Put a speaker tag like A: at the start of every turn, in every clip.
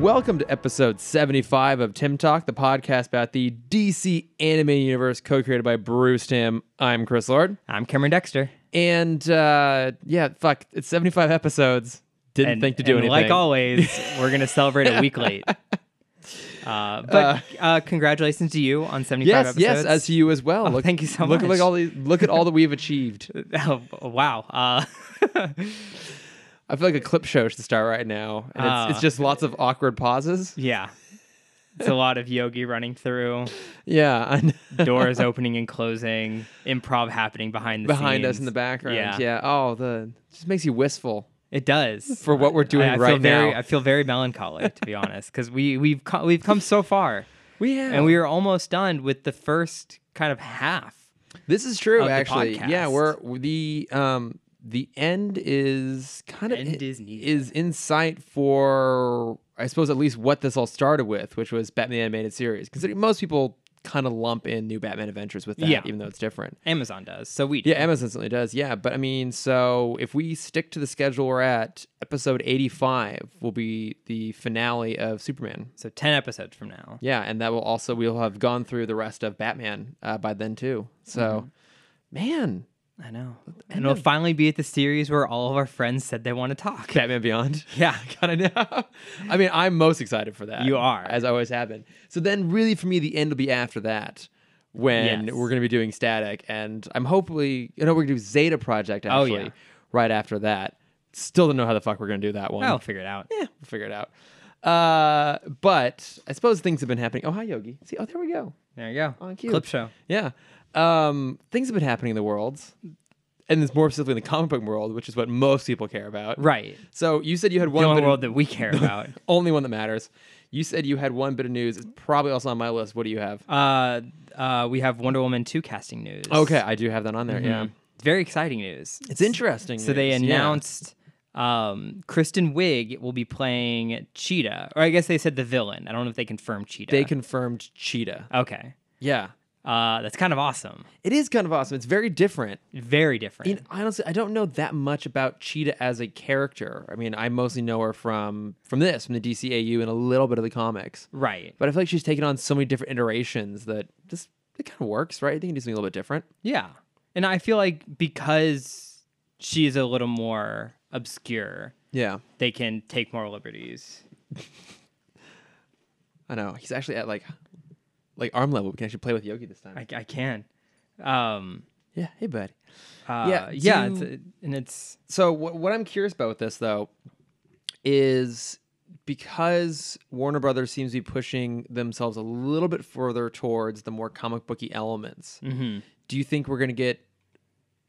A: Welcome to episode 75 of Tim Talk, the podcast about the DC anime universe co created by Bruce Tim. I'm Chris Lord.
B: I'm Cameron Dexter.
A: And uh, yeah, fuck, it's 75 episodes. Didn't
B: And-
A: think to do
B: and
A: anything.
B: Like always, we're gonna celebrate a week late. Uh, but uh, congratulations to you on 75
A: Yes,
B: episodes.
A: yes, as to you as well.
B: Oh, thank you so
A: look, Look
B: much.
A: at all these, look at all that we've achieved.
B: Oh, wow. Uh,
A: I feel like a clip show should start right now. And it's, it's
B: Ah.
A: just lots of awkward pauses.
B: yeah. It's a lot of yogi running through,
A: Yeah, I know.
B: doors opening and closing, improv happening behind the
A: behind us
B: scenes.
A: in the background.
B: Yeah.
A: Yeah. Oh, the just makes you wistful
B: It does.
A: for what we're doing
B: I, I
A: right
B: feel very,
A: now.
B: I feel very melancholy, to be honest, because we we've co- we've come so far,
A: we have.
B: and we are almost done with the first kind of half.
A: This is true,
B: of the
A: actually. Yeah,
B: podcast.
A: we're the um the end is kind of
B: End is near.
A: is in sight for I suppose at least what this all started with, which was Batman the animated series. Considering most people kind of lump in new Batman Adventures with that,
B: Yeah.
A: even though it's different.
B: Amazon does, so we do.
A: Yeah, Amazon certainly does. Yeah, but I mean, so if we stick to the schedule we're at, episode eighty-five will be the finale of Superman.
B: So ten episodes from now.
A: Yeah, and that will also we'll have gone through the rest of Batman uh, by then too. So,
B: Mm-hmm.
A: man,
B: I know. And we'll finally be at the series where all of our friends said they want to talk.
A: Batman Beyond.
B: Yeah.
A: God, I know. I mean, I'm most excited for that.
B: You are.
A: as I always have been. So then, really, for me, the end will be after that, when
B: Yes.
A: we're going to be doing Static, and I'm hopefully, you know, we're going to do Zeta Project
B: Oh,
A: actually
B: yeah.
A: right after that. Still don't know how the fuck we're going to do that one.
B: I'll figure it out.
A: yeah, we'll figure it out. Uh, but I suppose things have been happening. Oh, hi Yogi. See, oh, there we go.
B: There you go.
A: On cue.
B: Clip show.
A: Yeah. Um, things have been happening in the world, and it's more specifically in the comic book world, which is what most people care about.
B: Right.
A: So you said you had
B: The
A: one
B: only
A: bit of-
B: world that we care about.
A: only one that matters. You said you had one bit of news. It's probably also on my list. What do you have?
B: Uh, uh, we have Wonder Woman 2 casting news. Um,
A: Okay, I do have that on there. Yeah,
B: It's very exciting news.
A: it's interesting.
B: Mm-hmm. So they
A: news, yeah.
B: announced um, Kristen Wiig will be playing Cheetah. Or I guess they said the villain. I don't know if they confirmed Cheetah.
A: they confirmed Cheetah.
B: Okay.
A: Yeah,
B: Uh, that's kind of awesome.
A: it is kind of awesome. It's very different.
B: Very different.
A: And honestly, I don't know that much about Cheetah as a character. I mean, I mostly know her from from this, from the DCAU, and a little bit of the comics.
B: right.
A: But I feel like she's taken on so many different iterations that just it kind of works, right? I think you can do something a little bit different.
B: Yeah. And I feel like because she is a little more obscure,
A: Yeah,
B: they can take more liberties.
A: I know. He's actually at like like arm level. We can actually play with Yogi this time.
B: I, I can. Um,
A: yeah. Hey, buddy.
B: uh,
A: Yeah,
B: yeah. Yeah. It's,
A: do-
B: and it's,
A: So what, what I'm curious about with this though is because Warner Brothers seems to be pushing themselves a little bit further towards the more comic booky elements. Do you think we're going to get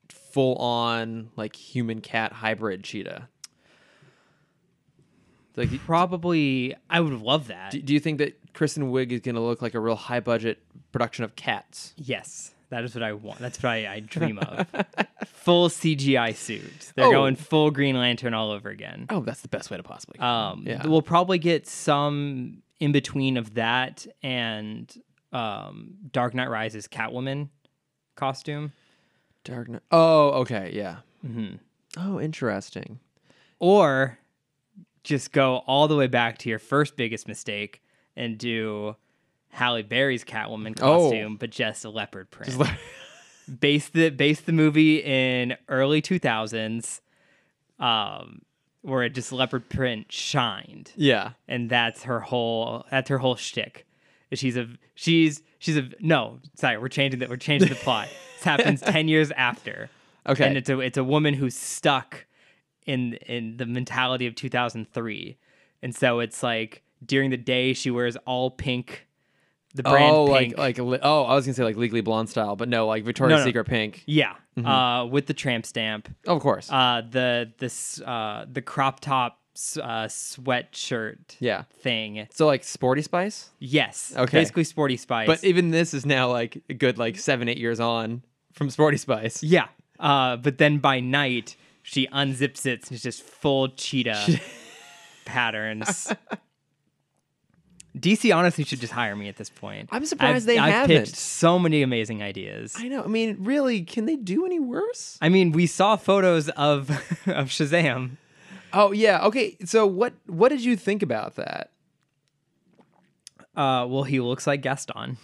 A: full on like human cat hybrid cheetah? Like
B: probably, I would love that.
A: do, do you think that Kristen Wiig is going to look like a real high budget production of cats?
B: yes. That is what I want. That's what I, I dream of. full CGI suit. They're
A: Oh.
B: going full Green Lantern all over again.
A: Oh, that's the best way to possibly.
B: Um,
A: Yeah.
B: We'll probably get some in between of that and um, Dark Knight Rises Catwoman costume.
A: Dark Knight. Oh, okay, yeah. Oh, interesting.
B: or just go all the way back to your first biggest mistake and do Halle Berry's Catwoman
A: Oh.
B: costume, but just a leopard print. base the base the movie in early two thousands, um, where it just leopard print shined,
A: Yeah.
B: and that's her whole that's her whole shtick. She's a she's she's a no sorry we're changing that we're changing the plot. this happens ten years after.
A: Okay.
B: And it's a it's a woman who's stuck in in the mentality of 2003. And so it's like during the day she wears all pink the brand
A: oh,
B: pink.
A: like like li- oh, I was gonna say like Legally Blonde style, but no, like Victoria's
B: no.
A: Secret pink.
B: yeah.
A: Mm-hmm.
B: Uh with the tramp stamp.
A: of course.
B: Uh the this uh the crop top s- uh sweatshirt
A: yeah.
B: thing.
A: So like Sporty Spice,
B: Yes.
A: Okay.
B: Basically sporty spice.
A: but even this is now like a good like seven eight years on from Sporty Spice.
B: yeah. Uh but then by night she unzips it and it's just full cheetah patterns. DC honestly should just hire me at this point.
A: I'm surprised
B: I've-
A: they
B: I've
A: haven't.
B: pitched so many amazing ideas. I,
A: I know. I mean, really, can they do any worse?
B: mean, we saw photos of of Shazam.
A: Oh yeah. Okay. So what what did you think about that?
B: Uh, well, he looks like Gaston.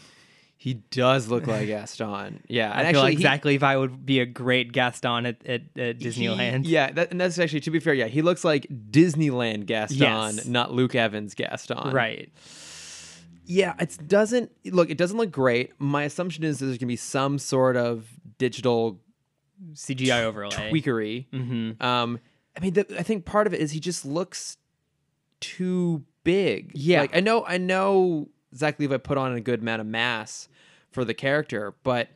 A: He does look like Gaston. Yeah,
B: I feel exactly if I would be a great Gaston at, at, at
A: he-
B: Disneyland.
A: He, yeah, that, and that's actually to be fair. Yeah, he looks like Disneyland Gaston,
B: Yes.
A: not Luke Evans Gaston.
B: Right.
A: Yeah, it doesn't look. It doesn't look great. My assumption is there's gonna be some sort of digital
B: CGI overlay.
A: tweakery.
B: Mhm.
A: Um, I mean, the, I think part of it is he just looks too big.
B: Yeah.
A: like I know, I know Zach Levi put on a good amount of mass for the character, but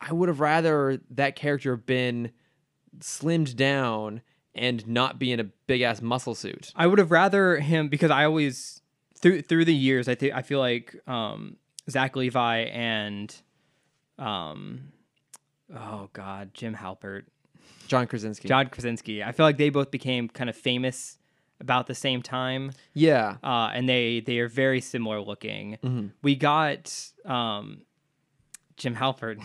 A: I would have rather that character have been slimmed down and not be in a big ass muscle suit.
B: I would have rather him because I always through through the years I think I feel like um Zach Levi and um oh god Jim Halpert
A: John Krasinski.
B: John Krasinski I feel like they both became kind of famous about the same time
A: yeah,
B: uh, and they they are very similar looking
A: Mm-hmm.
B: we got um Jim Halpert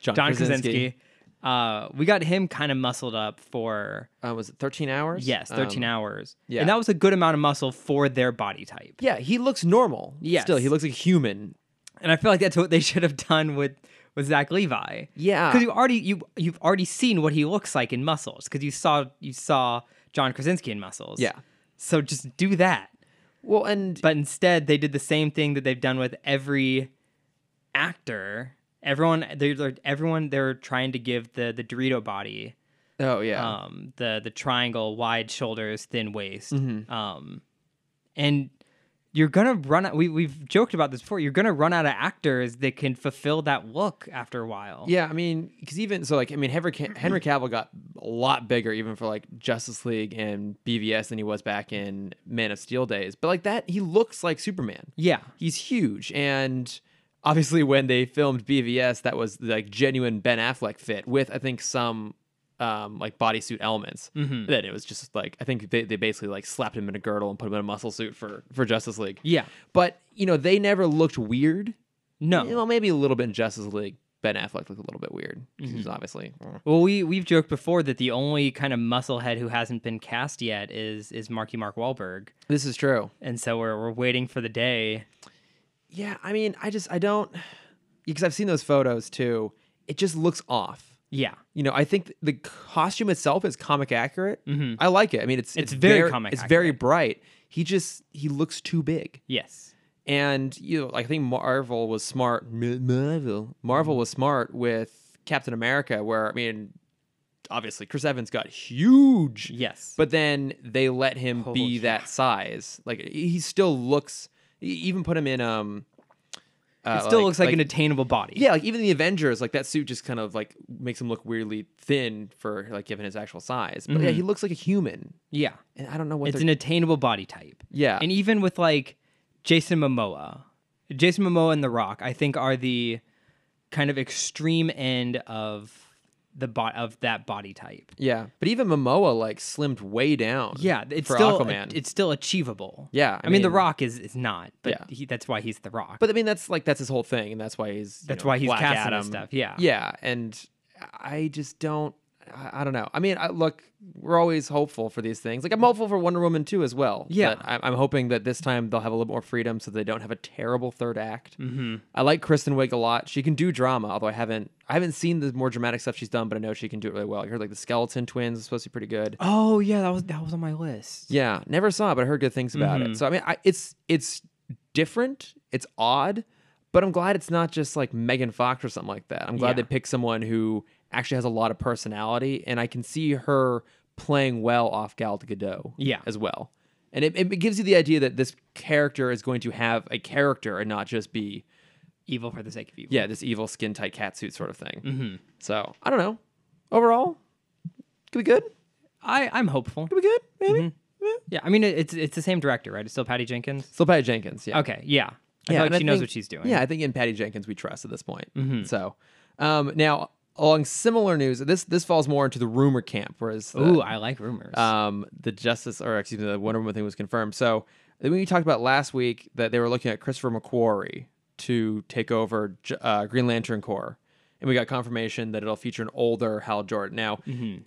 A: John,
B: John Krasinski uh we got him kind of muscled up for
A: Uh, was it 13 hours?
B: yes 13
A: Um,
B: hours
A: yeah.
B: and that was a good amount of muscle for their body type
A: Yeah, he looks normal.
B: Yes.
A: Still, he looks like a human.
B: And I feel like that's what they should have done with with Zach Levi.
A: Yeah.
B: Because you already you you've already seen what he looks like in muscles. Because you saw you saw John Krasinski in muscles.
A: Yeah.
B: So just do that.
A: Well, and
B: But instead they did the same thing that they've done with every actor. Everyone they're, they're everyone they're trying to give the the Dorito body.
A: oh yeah.
B: Um the the triangle, wide shoulders, thin waist.
A: Mm-hmm.
B: Um and you're gonna run out we, we've joked about this before you're gonna run out of actors that can fulfill that look after a while
A: Yeah, I mean, because even so, like, I mean, Henry, Ca- Henry Cavill got a lot bigger even for like Justice League and BVS than he was back in Man of Steel days. But like that, he looks like Superman.
B: yeah
A: He's huge, and obviously, when they filmed BVS, that was like genuine Ben Affleck fit with I think some um like bodysuit elements. Mm-hmm. Then it was just like I think they, they basically like slapped him in a girdle and put him in a muscle suit for for Justice League.
B: yeah
A: But you know, they never looked weird.
B: no
A: Well, maybe a little bit in Justice League. Ben Affleck looked a little bit weird. 'cause
B: Mm-hmm.
A: He's obviously. uh,
B: well we we've joked before that the only kind of musclehead who hasn't been cast yet is is Marky Mark Wahlberg
A: This is true.
B: and so we're we're waiting for the day
A: Yeah, I mean, I just I don't because I've seen those photos too. It just looks off.
B: yeah
A: You know, I think the costume itself is comic accurate. I like it. I mean, it's
B: Mm-hmm. It's very comic
A: It's very bright. He just he looks too big.
B: yes
A: And you know, I think Marvel was smart. M- Marvel, Marvel was smart with Captain America, where I mean, obviously Chris Evans got huge.
B: yes
A: But then they let him be
B: Holy
A: that size. Like he still looks. e- Even put him in. Um, uh,
B: it still looks like, an attainable body
A: yeah, like even the Avengers, like that suit just kind of like makes him look weirdly thin for like given his actual size. But yeah, he looks like a human,
B: yeah
A: and I don't know what.
B: it's
A: they're-
B: an attainable body type.
A: Yeah.
B: And even with like Jason Momoa, Jason Momoa and The Rock, I think are the kind of extreme end of the bot of that body type.
A: yeah, but even Momoa like slimmed way down.
B: Yeah, it's
A: for
B: still
A: Aquaman.
B: it's still achievable.
A: Yeah,
B: I,
A: I
B: mean, The
A: mean-
B: Rock is is not, but
A: Yeah.
B: he, that's why he's The Rock.
A: but I mean that's like that's his whole thing, and that's why he's you
B: That's
A: know,
B: why he's
A: Black
B: casting
A: Adam.
B: this stuff, yeah.
A: yeah, and I just don't. I, I don't know. I mean, I, look, we're always hopeful for these things. Like I'm hopeful for Wonder Woman too as well.
B: Yeah.
A: but I, I'm hoping that this time they'll have a little more freedom, so they don't have a terrible third act. Mm-hmm. I like Kristen Wiig a lot. She can do drama, although I haven't I haven't seen the more dramatic stuff she's done, but I know she can do it really well. I heard like the Skeleton Twins is supposed to be pretty good.
B: oh yeah, that was that was on my list.
A: Yeah, never saw it, but I heard good things about
B: Mm-hmm.
A: it. So I mean, I, it's it's different, it's odd, but I'm glad it's not just like Megan Fox or something like that. I'm glad they
B: Yeah.
A: picked someone who actually has a lot of personality, and I can see her playing well off Gal Gadot,
B: Yeah.
A: as well. And it, it gives you the idea that this character is going to have a character and not just be
B: Evil for the sake of evil.
A: yeah this evil skin tight catsuit sort of thing. Mm-hmm. So I don't know. Overall, could be good.
B: I I'm hopeful.
A: Could be good. Maybe.
B: Mm-hmm.
A: Yeah.
B: Yeah, I mean it, it's it's the same director, right? It's still Patty Jenkins.
A: Still Patty Jenkins. Yeah.
B: Okay, yeah. I feel like
A: and
B: she knows
A: think-
B: what she's doing. Mm-hmm.
A: Yeah, I think in Patty Jenkins we trust at this point. So um, now along similar news, this this falls more into the rumor camp, whereas the,
B: Ooh, I like rumors.
A: um, the Justice or excuse me, the Wonder Woman thing was confirmed. So then we talked about last week that they were looking at Christopher McQuarrie to take over J- uh, Green Lantern Corps, and we got confirmation that it'll feature an older Hal Jordan. Now,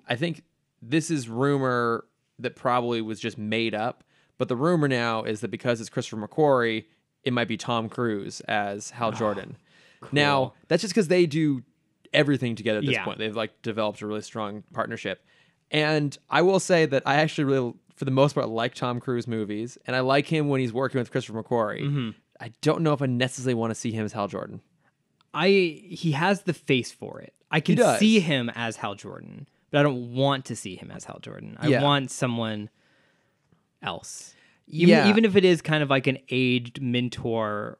A: I think this is rumor that probably was just made up, but the rumor now is that because it's Christopher McQuarrie, it might be Tom Cruise as Hal Jordan. Now that's just because they do everything together at this
B: Yeah.
A: point. They've like developed a really strong partnership. And I will say that I actually really, for the most part, like Tom Cruise movies, and I like him when he's working with Christopher McQuarrie. I don't know if I necessarily want to see him as Hal Jordan.
B: I he has the face for it. I can
A: does.
B: see him as Hal Jordan, but I don't want to see him as Hal Jordan. I
A: Yeah.
B: want someone else. Even,
A: Yeah.
B: even if it is kind of like an aged mentor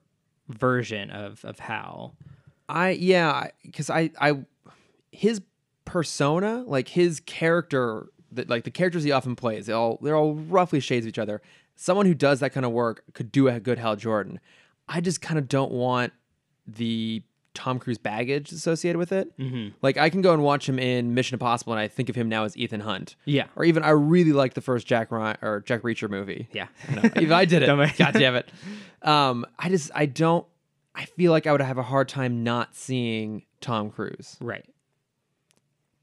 B: version of of Hal.
A: I yeah, because I I his persona, like his character, that like the characters he often plays, they all they're all roughly shades of each other. Someone who does that kind of work could do a good Hal Jordan. I just kind of don't want the Tom Cruise baggage associated with it. Like I can go and watch him in Mission Impossible, and I think of him now as Ethan Hunt.
B: Yeah.
A: Or even I really like the first Jack Ryan or Jack Reacher movie.
B: Yeah.
A: No, if I did it,
B: Don't worry.
A: God damn it. Um, I just I don't. I feel like I would have a hard time not seeing Tom Cruise.
B: right.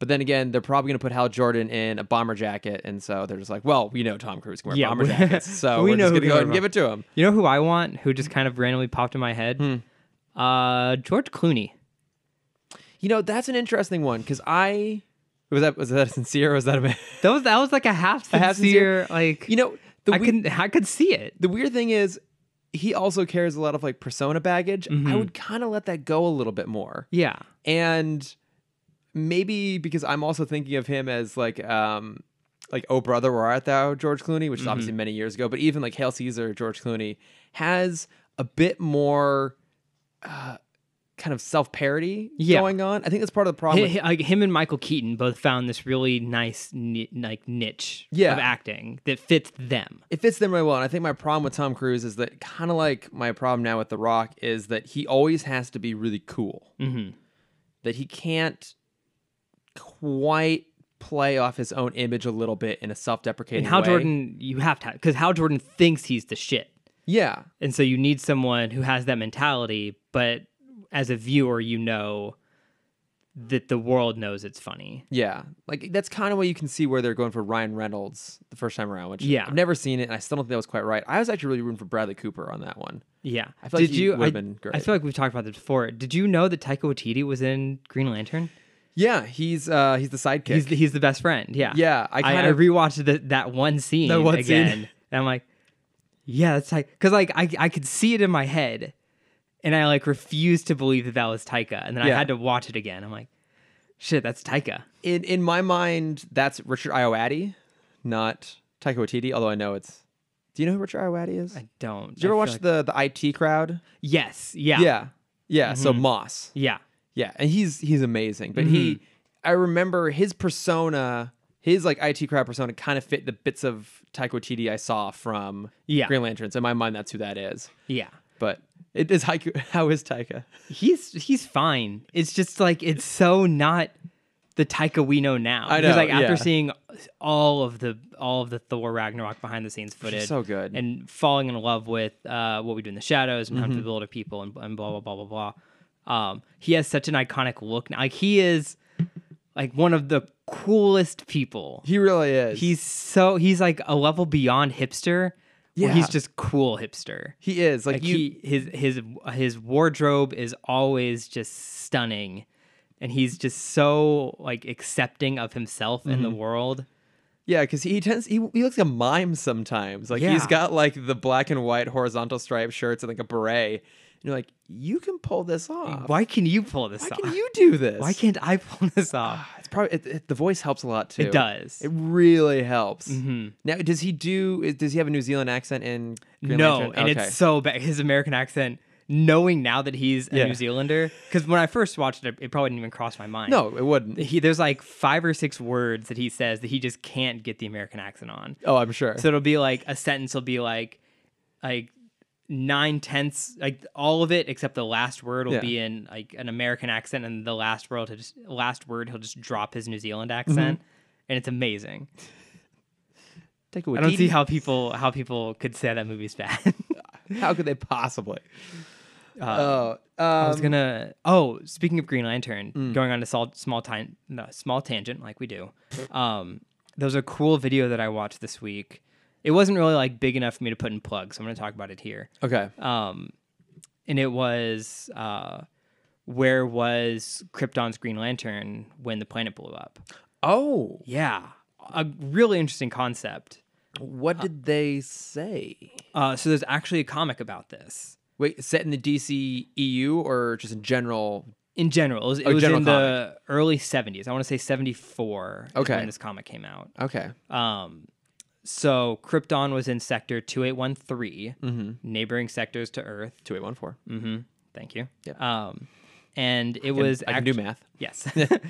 A: But then again, they're probably going to put Hal Jordan in a bomber jacket, and so they're just like, well, we know Tom Cruise can wear
B: Yeah,
A: bomber
B: we-
A: jackets, so we
B: we
A: are
B: know
A: just going to
B: who can
A: go
B: wear
A: ahead and give it to him.
B: You know who I want who just kind of randomly popped in my head?
A: Hmm.
B: Uh George Clooney.
A: You know, that's an interesting one because I was that was that sincere? Or was that a man?
B: That was that was like a half sincere,
A: half sincere-
B: like
A: You know, the
B: I
A: we-
B: can I could see it.
A: the weird thing is, he also carries a lot of like persona baggage. I would kind of let that go a little bit more.
B: Yeah.
A: and maybe because I'm also thinking of him as like um like Oh Brother Where Art Thou George Clooney, which is obviously
B: Mm-hmm.
A: many years ago, but even like Hail Caesar George Clooney has a bit more uh, kind of self parody
B: Yeah.
A: going on. I think that's part of the problem.
B: Hi-
A: with-
B: hi- like him and Michael Keaton both found this really nice ni- like niche
A: Yeah.
B: of acting that fits them.
A: it fits them really well, and I think my problem with Tom Cruise is that kind of like my problem now with The Rock is that he always has to be really cool.
B: Mhm.
A: That he can't quite play off his own image a little bit in a self-deprecating
B: And Hal
A: way.
B: Jordan, you have to because Hal Jordan thinks he's the shit,
A: Yeah.
B: and so you need someone who has that mentality. But as a viewer, you know that the world knows it's funny.
A: Yeah. Like that's kind of what you can see where they're going for Ryan Reynolds the first time around, which
B: Yeah.
A: I've never seen it and I still don't think that was quite right. I was actually really rooting for Bradley Cooper on that one.
B: Yeah,
A: I feel like he would've
B: I,
A: been
B: I
A: great.
B: feel like we've talked about this before. Did you know that Taika Waititi was in Green Lantern?
A: Yeah, he's uh he's the sidekick.
B: He's the, he's the best friend. Yeah.
A: Yeah, I
B: I, I,
A: kind of-
B: rewatched the, that one scene
A: That one scene.
B: again, and I'm like, yeah, that's like, cause like I I could see it in my head, and I like refused to believe that that was Taika, and then
A: Yeah.
B: I had to watch it again. I'm like, shit, that's Taika.
A: in in my mind, that's Richard Iowati, not Taika Waititi, although I know it's Do you know who Richard Iowati is?
B: I don't.
A: Did you ever
B: I feel
A: watch
B: like-
A: the the IT crowd?
B: Yes. Yeah.
A: Yeah. Yeah, so
B: Mm-hmm.
A: Moss.
B: Yeah.
A: Yeah, and he's he's amazing. But he,
B: Mm-hmm.
A: I remember his persona, his like IT crowd persona, kind of fit the bits of Taika Waititi I saw from
B: Yeah.
A: Green Lanterns. In my mind, that's who that is.
B: Yeah.
A: But it is Haiku. How is Taika?
B: He's he's fine. It's just like it's so not the Taika we know now.
A: I
B: Because
A: know,
B: like after
A: yeah.
B: seeing all of the all of the Thor Ragnarok behind the scenes footage,
A: so good.
B: and falling in love with uh, what we do in the shadows
A: Mm-hmm.
B: and Hunt for the Builder people and, and blah blah blah blah blah. Um, he has such an iconic look. now. Like he is like one of the coolest people.
A: He really is.
B: He's so he's like a level beyond hipster. Where he's
A: Yeah.
B: just cool hipster.
A: he is like,
B: Like
A: you.
B: he his his his wardrobe is always just stunning, and he's just so like accepting of himself and the
A: Mm-hmm.
B: world.
A: yeah, because he tends he, he looks like a mime sometimes. Like he's
B: Yeah.
A: got like the black and white horizontal striped shirts and like a beret. And you're like, you can pull this off.
B: Why can you pull this
A: Why
B: off?
A: can you Ah, do this?
B: Why can't I pull this off?
A: It's probably it, it- the voice helps a lot too.
B: It does.
A: It Mm-hmm. really helps. Now, does he do? is- Does he have a New Zealand accent in? Green
B: no,
A: Lantern?
B: and
A: Okay.
B: it's so bad. His American accent, knowing now that he's a
A: Yeah.
B: New Zealander, because when I first watched it, it probably didn't even cross my mind.
A: no, it wouldn't.
B: he there's like five or six words that he says that he just can't get the American accent on.
A: Oh, I'm sure.
B: So it'll be like a sentence will be like like nine tenths like all of it except the last word will
A: Yeah.
B: be in like an American accent and the last word he'll just last word he'll just drop his New Zealand
A: Mm-hmm.
B: accent. And it's amazing.
A: Take a
B: I don't see how people how people could say that movie's bad.
A: how could they possibly. Oh,
B: I
A: um, Mm.
B: was gonna. Oh, speaking of Green Lantern, going on a small small time no, small tangent like we do. Um, there was a cool video that I watched this week it wasn't really like big enough for me to put in plugs. So I'm going to talk about it here.
A: Okay.
B: Um, and it was uh, where was Krypton's Green Lantern when the planet blew up?
A: Oh,
B: Yeah, a really interesting concept.
A: what did they say?
B: Uh, so there's actually a comic about this.
A: Wait, set in the DC EU or just in general?
B: In general, it was, it
A: Oh,
B: was
A: general
B: in the early 70s. I want to say 74 is
A: Okay.
B: when this comic came out.
A: Okay.
B: Um, so Krypton was in Sector 2813,
A: Mm-hmm.
B: neighboring sectors to Earth.
A: Two eight one four.
B: hmm Thank you.
A: Yeah.
B: Um, and it was
A: I can
B: act-
A: do math.
B: Yes. uh, it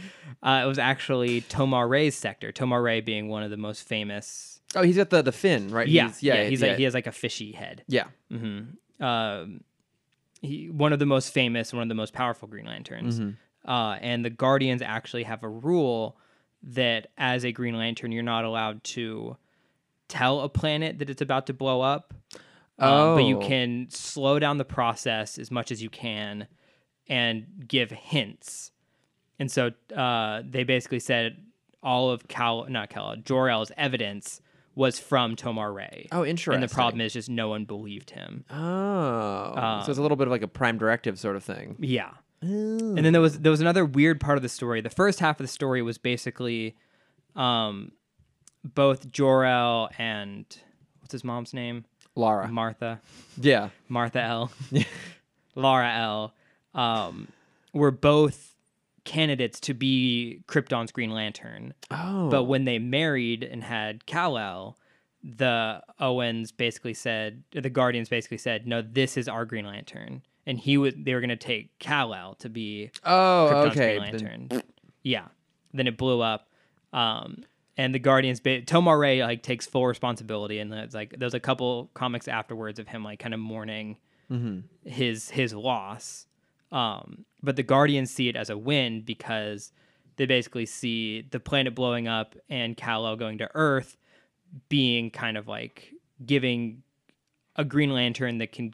B: was actually Tomar Ray's sector. Tomar Ray being one of the most famous.
A: Oh, he's got the the fin, right?
B: Yeah,
A: He's,
B: yeah.
A: yeah.
B: he's
A: yeah,
B: like he has like a fishy head.
A: yeah.
B: Um, he one of the most famous, one of the most powerful Green Lanterns.
A: Mm-hmm.
B: Uh, and the Guardians actually have a rule that as a Green Lantern, you're not allowed to tell a planet that it's about to blow up. Um, but you
A: Oh.
B: can slow down the process as much as you can and give hints. And so uh, they basically said all of Cal, not Cal, Jor El's evidence was from Tomar Ray.
A: Oh, interesting.
B: And the problem is just no one believed him.
A: Oh, so it's a little bit of like a prime directive sort of thing.
B: Yeah. And then there was there was another weird part of the story. The first half of the story was basically um, both Jor El and what's his mom's name?
A: Lara.
B: Martha.
A: yeah.
B: Martha L, Laura L, um, were both candidates to be Krypton's Green Lantern.
A: Oh.
B: But when they married and had Kal El, the Owens basically said, or the Guardians basically said, no, this is our Green Lantern, and he was they were going to take Kal El to be
A: oh,
B: Krypton's
A: okay.
B: Green
A: then-
B: Lantern. Yeah. Then it blew up. Um, and the Guardians, ba- Tomar Ray like takes full responsibility, and it's like there's a couple comics afterwards of him like kind of mourning
A: Mm-hmm.
B: his his loss. Um, but the Guardians see it as a win because they basically see the planet blowing up and Kal-El going to Earth, being kind of like giving a Green Lantern that can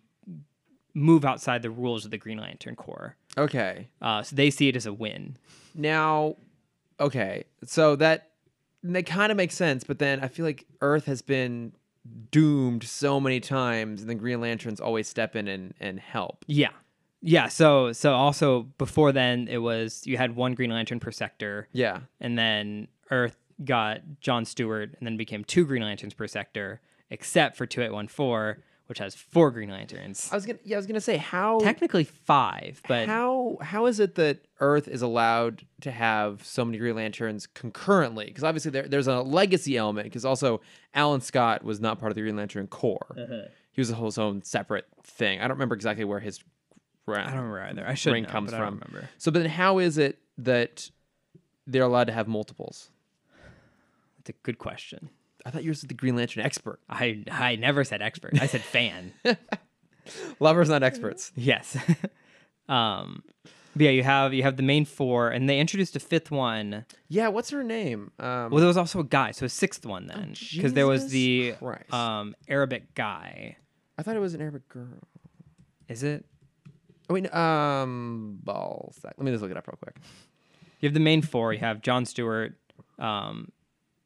B: move outside the rules of the Green Lantern Corps.
A: okay.
B: Uh, so they see it as a win.
A: Now, okay, so that that kind of makes sense, but then I feel like Earth has been doomed so many times, and the Green Lanterns always step in and, and help.
B: Yeah. Yeah. So so also before then it was you had one Green Lantern per sector,
A: Yeah.
B: and then Earth got John Stewart, and then became two Green Lanterns per sector, except for two eight one four, which has four Green Lanterns.
A: I was gonna yeah, I was gonna say how
B: Technically five, but
A: how how is it that Earth is allowed to have so many Green Lanterns concurrently? Because obviously there, there's a legacy element. Because also Alan Scott was not part of the Green Lantern Corps. He was a whole his own separate thing. I don't remember exactly where his
B: I don't remember either. I should
A: ring
B: know,
A: comes
B: but I
A: from.
B: don't remember.
A: So, but then how is it that they're allowed to have multiples?
B: It's a good question.
A: I thought you were the Green Lantern expert.
B: I I never said expert. I said fan.
A: Lovers not experts.
B: Yes. um but yeah, you have you have the main four, and they introduced a fifth one.
A: Yeah, what's her name? Um,
B: Well, there was also a guy, so a sixth one then, because there was the
A: Oh, Jesus Christ.
B: um, Arabic guy.
A: I thought it was an Arabic girl.
B: Is it?
A: Oh, wait, no, um, balls. Let me just look it up real quick.
B: You have the main four. You have John Stewart, um,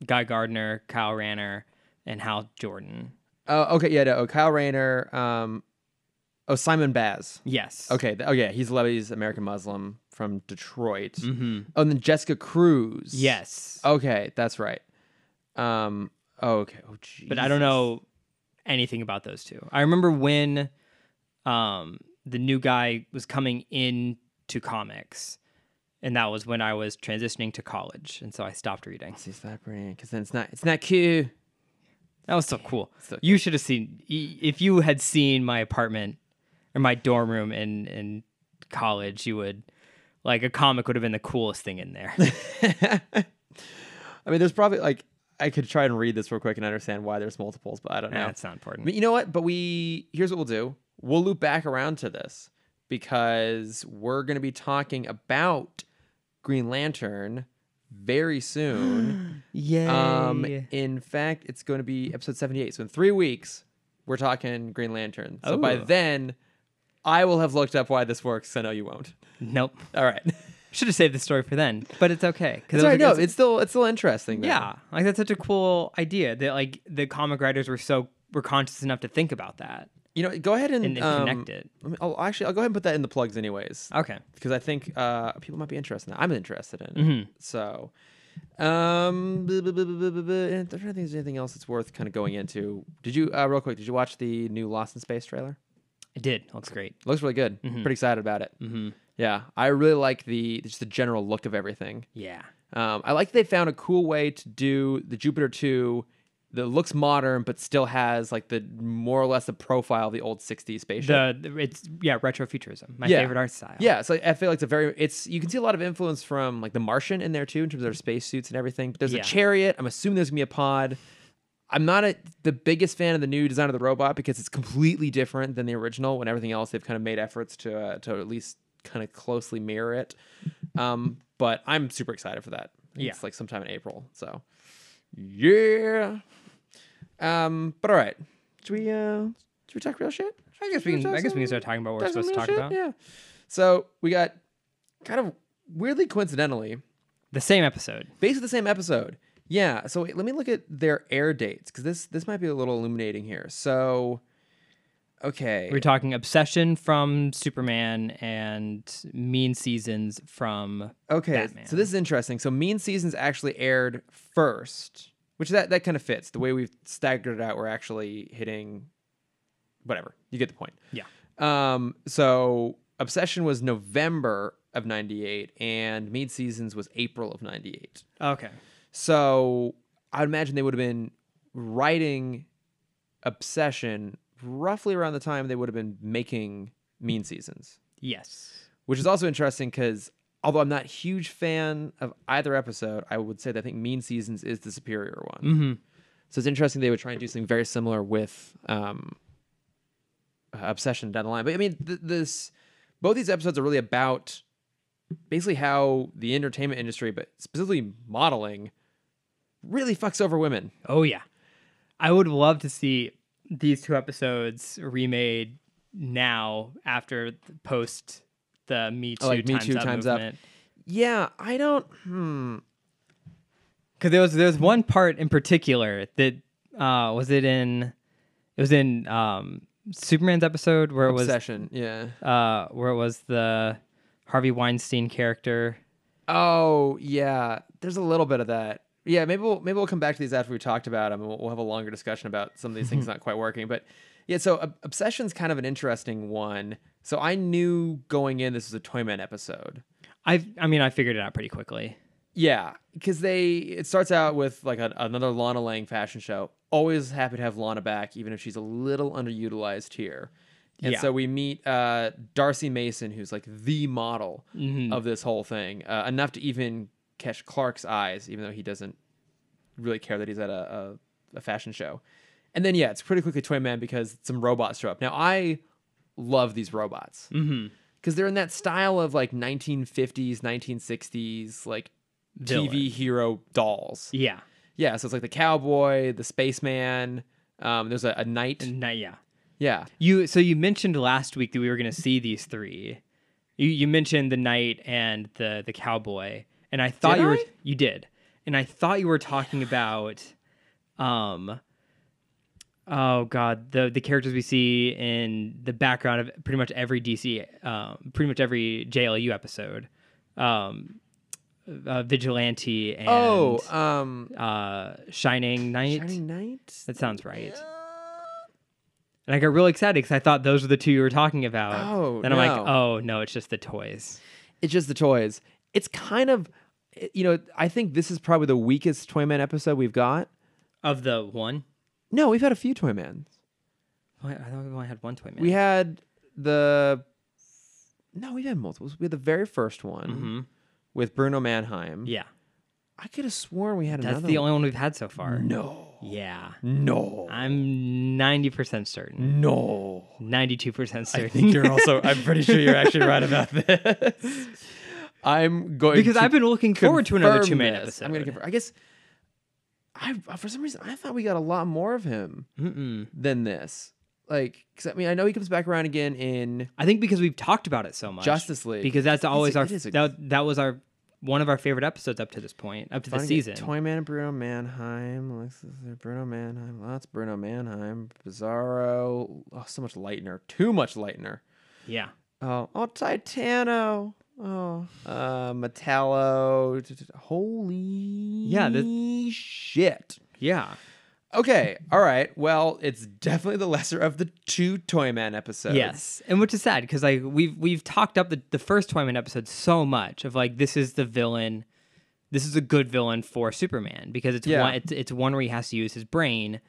B: Guy Gardner, Kyle Ranner, and Hal Jordan.
A: Oh, okay, yeah, no, oh, Kyle Rayner. Um, oh, Simon Baz.
B: Yes.
A: Okay, th- oh yeah, he's Lebanese American Muslim from Detroit.
B: hmm
A: Oh, and then Jessica Cruz.
B: Yes.
A: Okay, that's right. Um. Oh, okay. Oh, geez.
B: but I don't know anything about those two. I remember when um, the new guy was coming into comics, and that was when I was transitioning to college, and so I stopped reading.
A: Is that brilliant? Because then it's not. It's not cute.
B: That was so cool.
A: So
B: you should have seen y- if you had seen my apartment or my dorm room in in college, you would like a comic would have been the coolest thing in there.
A: I mean, there's probably like I could try and read this real quick and understand why there's multiples, but I don't know.
B: That's not important.
A: But you know what? But we here's what we'll do. We'll loop back around to this because we're going to be talking about Green Lantern very soon.
B: Yeah.
A: um, in fact, it's going to be episode 78. So in 3 weeks, we're talking Green Lantern. So by
B: Ooh.
A: then, I will have looked up why this works. I know you won't.
B: nope.
A: All right.
B: Should have saved the story for then, but it's okay.
A: That's right. No, it's still it's still interesting. though.
B: yeah, like that's such a cool idea that like the comic writers were so were conscious enough to think about that
A: You know, go ahead and,
B: and then
A: um,
B: connect it.
A: I mean, I'll actually I'll go ahead and put that in the plugs anyways.
B: Okay.
A: because I think uh, people might be interested in that. I'm interested in it. So, um, bu- bu- bu- bu- bu- bu- bu- and I'm trying to think if there's anything else that's worth kind of going into. Did you, uh, real quick, did you watch the new Lost in Space trailer?
B: It did. Looks great.
A: Looks really good. Pretty excited about it. Mm-hmm. Yeah, I really like the just the general look of everything.
B: Yeah.
A: Um, I like they found a cool way to do the Jupiter 2 that looks modern but still has like the more or less the profile of the old 60s spaceship.
B: The, the- it's yeah retrofuturism. My
A: Yeah.
B: favorite art style.
A: Yeah, so I feel like it's a very it's you can see a lot of influence from like the Martian in there too in terms of their spacesuits and everything. But there's
B: Yeah.
A: a chariot. I'm assuming there's gonna be a pod. I'm not a, the biggest fan of the new design of the robot because it's completely different than the original. When everything else, they've kind of made efforts to uh, to at least kind of closely mirror it. Um, but I'm super excited for that.
B: Yeah.
A: It's like sometime in April. So yeah. Um, but all right, should we uh, should we talk real shit?
B: I guess we can. I guess we can start talking about what we're
A: That's
B: supposed to
A: some
B: talk
A: real
B: about.
A: shit, Yeah. So we got kind of weirdly coincidentally,
B: The same episode.
A: basically the same episode. Yeah. So wait, let me look at their air dates because this this might be a little illuminating here. So, okay.
B: We're talking obsession from Superman and Mean Seasons from
A: Okay,
B: Batman.
A: so this is interesting. So Mean Seasons actually aired first, which that that kind of fits the way we've staggered it out. We're actually hitting, whatever you get the point.
B: Yeah.
A: Um. So Obsession was November of '98, and Mean Seasons was April of '98.
B: Okay.
A: So I'd imagine they would have been writing Obsession roughly around the time they would have been making Mean Seasons
B: Yes.
A: which is also interesting because although I'm not a huge fan of either episode, I would say that I think Mean Seasons is the superior one.
B: Mhm.
A: So it's interesting they would try and do something very similar with um, uh, Obsession down the line. But I mean, th- this both these episodes are really about basically how the entertainment industry, but specifically modeling, really fucks over women.
B: Oh yeah. I would love to see these two episodes remade now after the- post the Me Too
A: Oh, like Me
B: times
A: Too
B: up
A: Times Up.
B: movement.
A: Yeah, I don't. Hmm.
B: Because there was there's one part in particular that uh was it in it was in um Superman's episode where it was
A: Obsession. Yeah.
B: uh where it was the Harvey Weinstein character.
A: Oh yeah, there's a little bit of that. Yeah, maybe we'll maybe we'll come back to these after we talked about them, and we'll, we'll have a longer discussion about some of these things not quite working. But yeah, so Ob- obsession's kind of an interesting one. So I knew going in this was a Toyman episode.
B: I I mean I figured it out pretty quickly.
A: Yeah, because they it starts out with like a, another Lana Lang fashion show. Always happy to have Lana back, even if she's a little underutilized here. And
B: Yeah.
A: so we meet uh, Darcy Mason, who's like the model of this whole thing, uh, enough to even catch Clark's eyes, even though he doesn't really care that he's at a, a, a fashion show. And then yeah, it's pretty quickly Toy Man because some robots show up. Now I love these robots because they're in that style of like 1950s, 1960s like
B: Villain.
A: TV hero dolls.
B: Yeah.
A: Yeah, so it's like the cowboy, the spaceman. Um, there's a, a knight.
B: No, yeah.
A: Yeah,
B: You so you mentioned last week that we were going to see these three. You you mentioned the knight and the the cowboy, and I thought
A: Did
B: you were
A: I?
B: you did, and I thought you were talking about, um, oh god, the the characters we see in the background of pretty much every DC, um, pretty much every JLU episode, um, uh, vigilante and
A: Oh, um,
B: uh, shining knight.
A: Shining Knight.
B: That sounds right. And I got really excited because I thought those were the two you were talking about.
A: Oh,
B: then I'm like,
A: no.
B: oh no, it's just the toys.
A: It's just the toys. It's kind of, it- you know, I think this is probably the weakest Toyman episode we've got.
B: Of the one,
A: No, we've had a few Toymans.
B: Oh, I I thought we only had one toy man.
A: We had the, no, we've had multiples. We had the very first one with Bruno Mannheim.
B: yeah,
A: I could have sworn we had
B: that's
A: another.
B: the
A: one. Mm.
B: only one we've had so far.
A: No,
B: Yeah,
A: no,
B: I'm ninety percent certain.
A: no.
B: Ninety-two percent certain.
A: also. I'm pretty sure you're actually right about this. I'm going
B: because
A: to
B: I've been looking forward to another
A: confirm
B: two man
A: this.
B: episode.
A: I'm gonna confirm. I guess I for some reason I thought we got a lot more of him
B: Mm-mm.
A: than this. Like, 'cause, I mean, I know he comes back around again in
B: I think because we've talked about it so much.
A: Justice League
B: because that's always our
A: it is a-
B: that, that was our one of our favorite episodes up to this point, up to the
A: Fun to get
B: season.
A: Toyman and Bruno Mannheim, Alexis, Bruno Mannheim, lots of Bruno Mannheim, Bizarro. Oh, so much lightener, too much lightener.
B: yeah.
A: Oh, oh, Titano. Oh, uh, Metallo. t- t- Holy
B: Yeah,
A: shit.
B: Yeah.
A: Okay, all right. Well, it's definitely the lesser of the two Toyman episodes.
B: Yes, and which is sad because like we've we've talked up the, the first Toyman episode so much of like this is the villain, this is a good villain for Superman because it's
A: Yeah.
B: one it's, it's one where he has to use his brain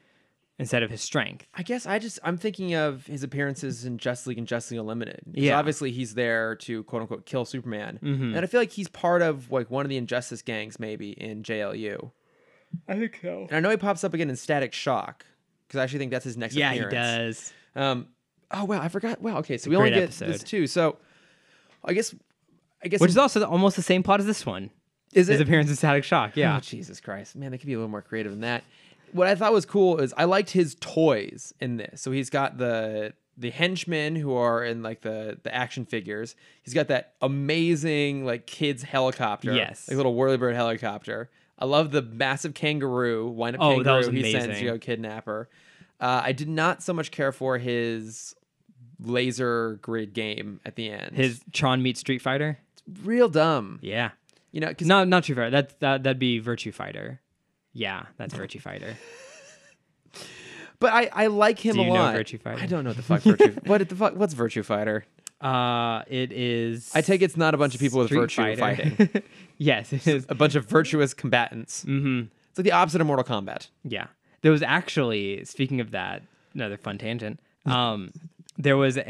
B: instead of his strength.
A: I guess I just I'm thinking of his appearances in Justice League and Justice League Unlimited. 'Cause
B: Yeah. Mm-hmm.
A: obviously he's there to quote unquote kill Superman, and I feel like he's part of like one of the Injustice gangs, maybe in JLU.
B: I think so.
A: And I know he pops up again in Static Shock because I actually think that's his next
B: Yeah, he
A: appearance.
B: does.
A: Um, oh wow, I forgot. Wow, okay, so we only
B: great
A: get this
B: episode.
A: two. So I guess I guess
B: Which is also the, almost the same plot as this one.
A: is
B: His
A: it
B: appearance in Static Shock.
A: Oh,
B: Yeah.
A: Jesus Christ. Man, they could be a little more creative than that. What I thought was cool is I liked his toys in this. So he's got the the henchmen who are in like the the action figures. He's got that amazing like kids helicopter.
B: Yes.
A: Like little whirlybird helicopter. I love the massive kangaroo, wind up
B: Oh,
A: kangaroo
B: that was
A: he sends
B: amazing.
A: to go kidnap her. Uh, I did not so much care for his laser grid game at the end.
B: His Tron meets Street Fighter.
A: real dumb.
B: Yeah.
A: You know, because
B: No, not Street Fighter. That's that that'd be Virtue Fighter. Yeah, that's Virtue Fighter.
A: But I, I like him
B: Do
A: a
B: you know
A: lot.
B: Virtue Fighter?
A: I don't know what the fuck Virtue. what the fuck? What's Virtue Fighter?
B: Uh, it is.
A: I take it's not a bunch of people with
B: Street
A: virtue
B: Fighter.
A: fighting.
B: yes, it is.
A: a bunch of virtuous combatants. Mm-hmm. It's like the opposite of Mortal Kombat.
B: Yeah. There was actually, speaking of that, another fun tangent. Um, there was a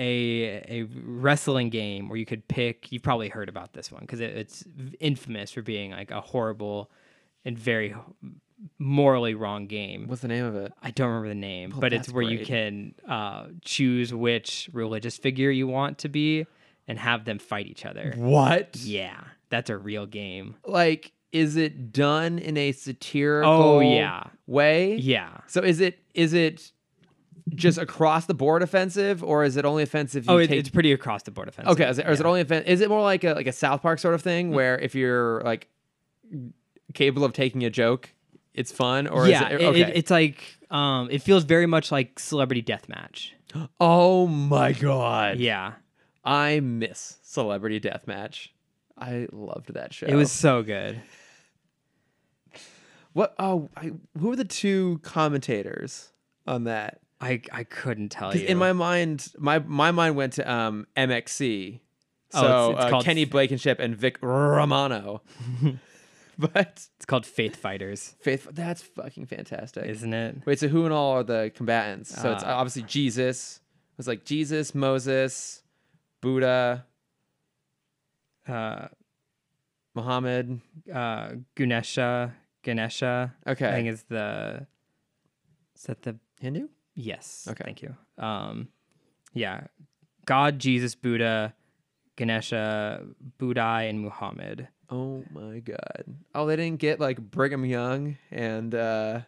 B: a wrestling game where you could pick. You've probably heard about this one because it, it's infamous for being like a horrible and very morally wrong game.
A: What's the name of it?
B: I don't remember the name, but it's
A: that's
B: where you
A: great.
B: can uh, choose which religious figure you want to be and have them fight each other.
A: What?
B: Yeah, that's a real game.
A: Like, is it done in a satirical?
B: Oh, yeah.
A: Way.
B: Yeah.
A: So is it is it just across the board offensive, or is it only offensive? if You
B: Oh, it,
A: take...
B: it's pretty across the board offensive.
A: Okay, is it, or is it only a fan- Is it more like a like a South Park sort of thing
B: Hmm.
A: where if you're like capable of taking a joke, it's fun? Or
B: yeah,
A: is
B: it,
A: it, okay.
B: it, it's like um, it feels very much like Celebrity Deathmatch.
A: oh my god!
B: Yeah,
A: I miss Celebrity Deathmatch. I loved that show.
B: it was so good.
A: what? Oh, I, who were the two commentators on that?
B: I I couldn't tell
A: 'Cause
B: you.
A: In my mind, my my mind went to um MXC.
B: Oh,
A: So
B: it's- it's
A: uh,
B: called-
A: Kenny Blankenship and Vic Romano, but
B: it's called Faith Fighters,
A: Faith. That's fucking fantastic.
B: isn't it?
A: Wait, so who and all are the combatants? So it's obviously Jesus. It was like Jesus, Moses, Buddha,
B: Uh,
A: Muhammad.
B: uh, Ganesha, Ganesha.
A: Okay.
B: I think is the. Is that the
A: Hindu?
B: yes?
A: Okay.
B: thank you. Um, yeah, God, Jesus, Buddha, Ganesha, Budai, and Muhammad.
A: Oh my god. Oh, they didn't get like Brigham Young and uh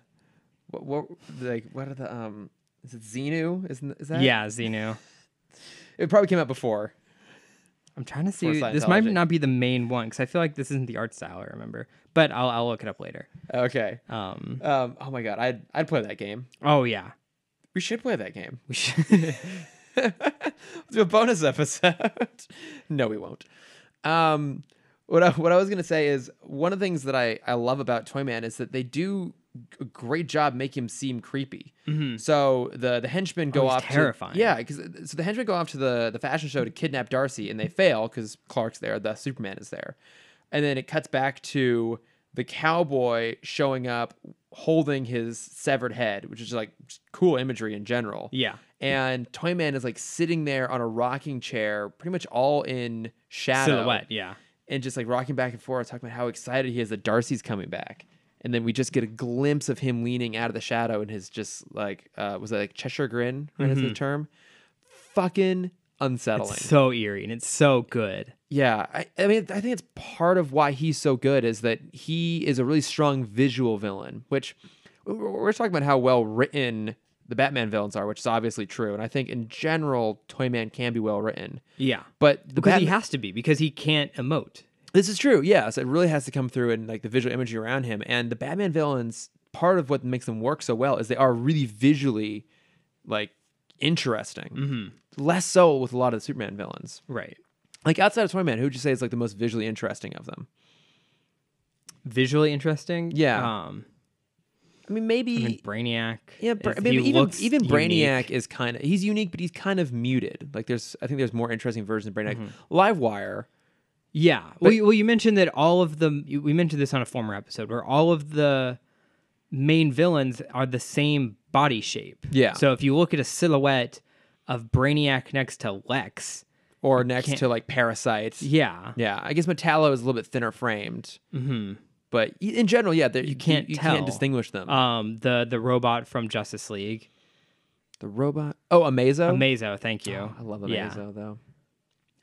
A: what what like what are the um is it Xenu? Isn't is that
B: Yeah, Zenu.
A: It probably came out before.
B: I'm trying to
A: For
B: see. This might
A: Scientology.
B: not be the main one because I feel like this isn't the art style I remember, but I'll, I'll look it up later.
A: Okay.
B: Um.
A: Um oh my god, I'd I'd play that game.
B: Oh yeah.
A: We should play that game.
B: We should.
A: Let's do a bonus episode. no, we won't. Um, what I, what I was gonna say is one of the things that I I love about Toyman is that they do a great job making him seem creepy. So the the henchmen go
B: Mm-hmm. Oh, he's
A: off to-
B: terrifying.
A: yeah, because so the henchmen go off to the the fashion show to kidnap Darcy, and they fail because Clark's there, the Superman is there, and then it cuts back to the cowboy showing up holding his severed head, which is like just cool imagery in general.
B: yeah.
A: And Toyman is like sitting there on a rocking chair, pretty much all in shadow,
B: Silhouette. Yeah.
A: and just like rocking back and forth, talking about how excited he is that Darcy's coming back. And then we just get a glimpse of him leaning out of the shadow and his just like uh, was that like Cheshire grin? Right, is the term. Fucking unsettling.
B: So eerie and Mm-hmm. it's so good.
A: Yeah, I, I mean, I think it's part of why he's so good is that he is a really strong visual villain, which we're we're talking about how well written the Batman villains are, which is obviously true. And I think in general, Toyman can be well written.
B: Yeah.
A: But the
B: Because he
A: Batman-
B: has to be, because he can't emote.
A: this is true. Yes, it really has to come through in like the visual imagery around him. And the Batman villains, part of what makes them work so well is they are really visually like interesting.
B: Mm-hmm.
A: Less so with a lot of the Superman villains.
B: Right.
A: Like outside of Toyman, who would you say is like the most visually interesting of them?
B: Visually interesting.
A: Yeah.
B: Um
A: I mean, maybe
B: I mean, Brainiac.
A: yeah, Bra-
B: is-
A: maybe
B: he
A: even
B: looks
A: even
B: unique.
A: Brainiac is kind of he's unique, but he's kind of muted. Like there's, I think there's more interesting versions of Brainiac.
B: Mm-hmm.
A: Livewire,
B: Yeah. well, you, well, you mentioned that all of the you- we mentioned this on a former episode where all of the main villains are the same body shape.
A: Yeah.
B: So if you look at a silhouette of Brainiac next to Lex,
A: or next
B: can't-
A: to like Parasite.
B: yeah,
A: Yeah, I guess Metallo is a little bit thinner framed. Mm-hmm. But y- in general, yeah, there- you
B: can't
A: you, can't
B: tell.
A: distinguish them.
B: um, the the robot from Justice League,
A: the robot. Oh, Amazo.
B: Amazo. Thank you.
A: Oh, I love Amazo
B: Yeah.
A: though.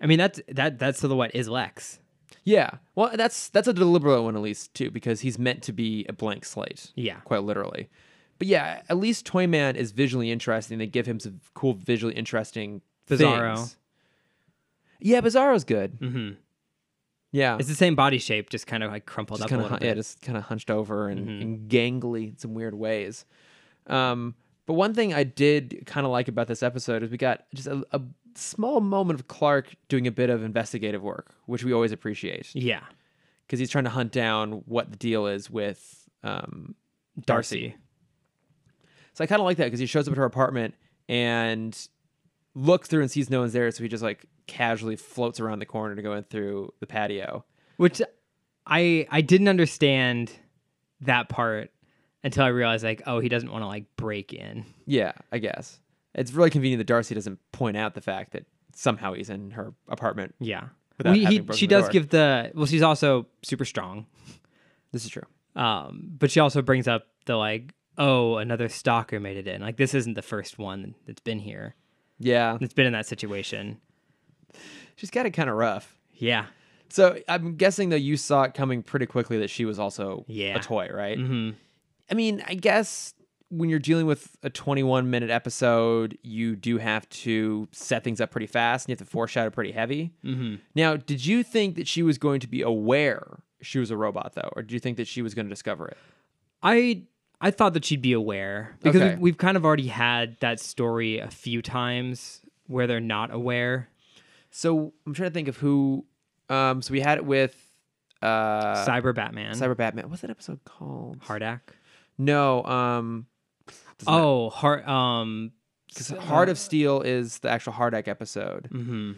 B: I mean that's that that silhouette is Lex.
A: Yeah. Well, that's that's a deliberate one at least too, because he's meant to be a blank slate.
B: Yeah.
A: Quite literally. But yeah, at least Toyman is visually interesting. They give him some cool visually interesting
B: Bizarro.
A: things. Yeah, Bizarro's good. Mm-hmm. Yeah.
B: It's the same body shape, just kind of like crumpled up
A: just
B: a
A: kind
B: little
A: of
B: bit.
A: yeah, just kind of hunched over and, and gangly in some weird ways. Um, but one thing I did kind of like about this episode is we got just a, a small moment of Clark doing a bit of investigative work, which we always appreciate
B: yeah.
A: because he's trying to hunt down what the deal is with um, Darcy.
B: Darcy.
A: So I kind of like that because he shows up at her apartment and looks through and sees no one's there, so he just like casually floats around the corner to go in through the patio.
B: which i i didn't understand that part until i realized like oh he doesn't want to like break in
A: Yeah, I guess. It's really convenient that Darcy doesn't point out the fact that somehow he's in her apartment.
B: yeah
A: Without
B: We- he-
A: having broken
B: she
A: the
B: does
A: door.
B: give the well she's also super strong
A: This is true.
B: um but she also brings up the like oh another stalker made it in like this isn't the first one that's been here
A: Yeah.
B: that's been in that situation
A: She's got it kind of rough.
B: yeah
A: So I'm guessing though you saw it coming pretty quickly that she was also
B: Yeah.
A: a toy, right?
B: hmm
A: I mean, I guess when you're dealing with a 21 minute episode, you do have to set things up pretty fast and you have to foreshadow pretty heavy. Mm-hmm. Now, did you think that she was going to be aware she was a robot though, or do you think that she was going to discover it?
B: i i thought that she'd be aware because
A: Okay.
B: we've, we've kind of already had that story a few times where they're not aware
A: So I'm trying to think of who. Um, so we had it with uh,
B: cyber batman
A: Cyber Batman. What's that episode called?
B: hardak
A: No. Um, doesn't matter,
B: Oh, heart. Um.
A: 'cause Heart of Steel is the actual Hardak episode.
B: mhm.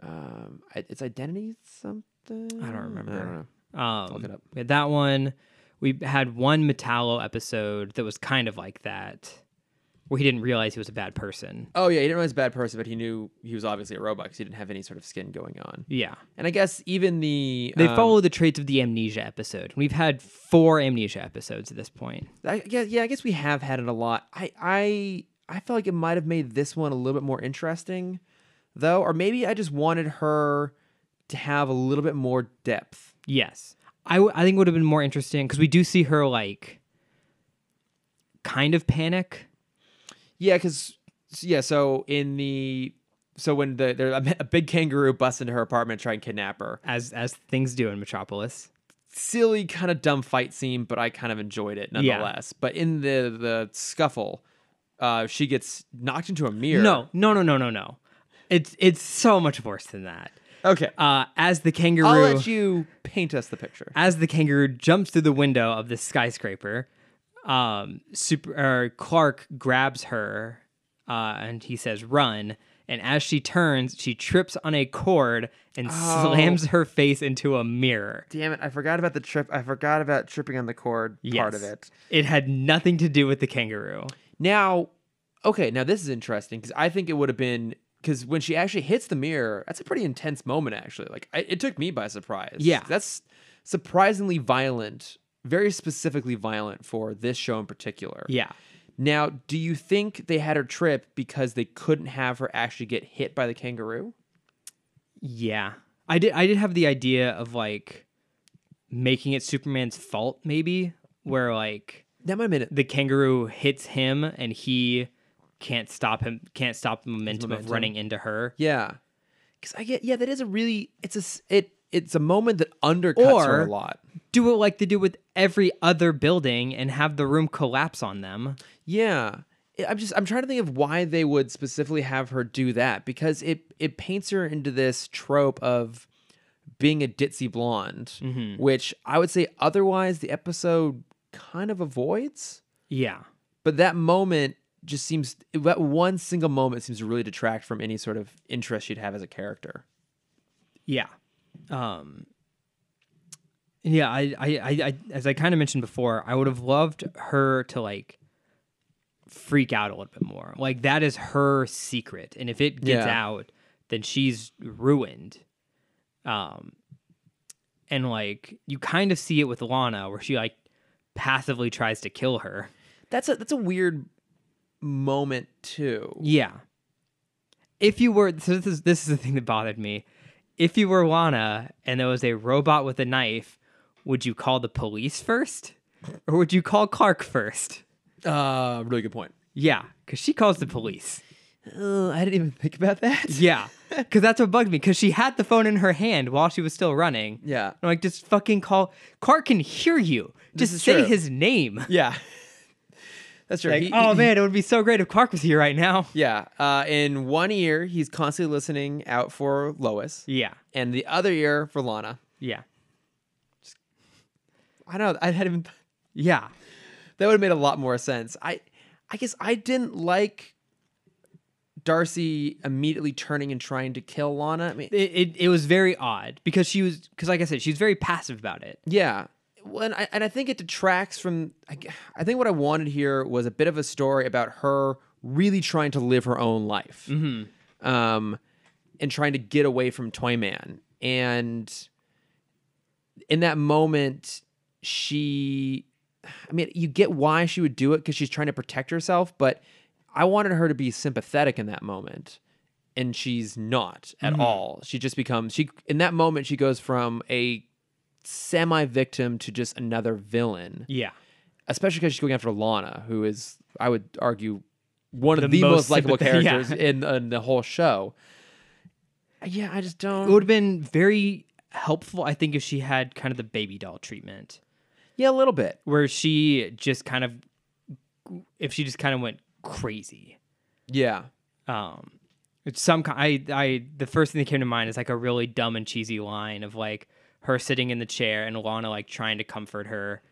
A: Um, I- it's Identity something.
B: I don't remember.
A: I don't know.
B: Um,
A: look it up.
B: we had That one. We had one Metallo episode that was kind of like that, where he didn't realize he was a bad person.
A: Oh yeah, he didn't realize bad person, but he knew he was obviously a robot because he didn't have any sort of skin going on.
B: Yeah.
A: And I guess even the
B: They
A: um,
B: follow the traits of the amnesia episode. We've had four amnesia episodes at this point.
A: I guess yeah, I guess we have had it a lot. I I I felt like it might have made this one a little bit more interesting, though, or maybe I just wanted her to have a little bit more depth.
B: Yes. I, w- I think it would have been more interesting because we do see her like kind of panic.
A: Yeah, because yeah, so in the so when the there a big kangaroo busts into her apartment to try and kidnap her.
B: As, as things do in Metropolis,
A: Silly, kind of dumb fight scene, but I kind of enjoyed it nonetheless. But in the the scuffle, uh, she gets knocked into a mirror.
B: no, no, no, no, no, no. It's it's so much worse than that.
A: okay.
B: uh, as the kangaroo
A: I'll let you paint us the picture.
B: as the kangaroo jumps through the window of the skyscraper, um, super or Clark grabs her uh, and he says, "Run!" And as she turns, she trips on a cord and
A: Oh.
B: slams her face into a mirror.
A: Damn it! I forgot about the trip. I forgot about tripping on the cord part of
B: Yes.
A: it.
B: It had nothing to do with the kangaroo.
A: Now, okay, now this is interesting because I think it would have been because when she actually hits the mirror, that's a pretty intense moment. Actually, like I, it took me by surprise.
B: Yeah.
A: that's surprisingly violent, very specifically violent for this show in particular.
B: Yeah.
A: Now, do you think they had her trip because they couldn't have her actually get hit by the kangaroo?
B: Yeah. I did I did have the idea of like making it Superman's fault maybe where like
A: That might have been it.
B: the kangaroo hits him and he can't stop him can't stop the momentum,
A: momentum.
B: of running into her
A: Yeah, because I get yeah that is a really it's a s- it it's a moment that undercuts her
B: Or-
A: a lot.
B: do it like they do with every other building and have the room collapse on them
A: Yeah. I- I'm just I'm trying to think of why they would specifically have her do that because it it paints her into this trope of being a ditzy blonde, which I would say otherwise the episode kind of avoids.
B: yeah
A: But that moment just seems that one single moment seems to really detract from any sort of interest she'd have as a character.
B: Yeah. Um yeah, I, I, I, I as I kind of mentioned before, I would have loved her to like freak out a little bit more. Like that is her secret, and if it gets
A: Yeah.
B: out, then she's ruined. Um, and like you kind of see it with Lana, where she like passively tries to kill her.
A: That's a that's a weird moment too.
B: Yeah. If you were so this is this is the thing that bothered me. If you were Lana and there was a robot with a knife, would you call the police first? Or would you call Clark first?
A: Uh really good point.
B: Yeah, because she calls the police.
A: Uh, I didn't even think about that.
B: Yeah. Cause that's what bugged me, because she had the phone in her hand while she was still running.
A: Yeah.
B: I'm like, just fucking call Clark can hear you.
A: This
B: Just
A: is
B: say
A: true.
B: his name.
A: Yeah. That's true.
B: Like,
A: He-
B: oh
A: he-
B: man, it would be so great if Clark was here right now.
A: Yeah. Uh, in one ear, he's constantly listening out for Lois,
B: Yeah.
A: and the other ear for Lana.
B: Yeah.
A: I don't. I hadn't. Even,
B: Yeah.
A: that would have made a lot more sense. I, I guess I didn't like Darcy immediately turning and trying to kill Lana. I mean,
B: it, it, it was very odd because she was because like I said she's very passive about it.
A: yeah. Well, and I, and I think it detracts from. I, g- I think what I wanted here was a bit of a story about her really trying to live her own life, um, and trying to get away from Toyman. And in that moment, she, I mean, you get why she would do it because she's trying to protect herself, but I wanted her to be sympathetic in that moment. And she's not at all. She just becomes, she, in that moment, she goes from a semi victim to just another villain,
B: Yeah,
A: especially because she's going after Lana, who is, I would argue, one
B: The
A: of the most,
B: most
A: likable
B: sympath- yeah.
A: characters in, in the whole show. Uh, Yeah, I just
B: it
A: don't.
B: would have been very helpful I think if she had kind of the baby doll treatment
A: yeah, a little bit.
B: where she just kind of if she just kind of went crazy.
A: Yeah.
B: Um, it's some ki- I I the first thing that came to mind is like a really dumb and cheesy line of like her sitting in the chair and Lana like trying to comfort her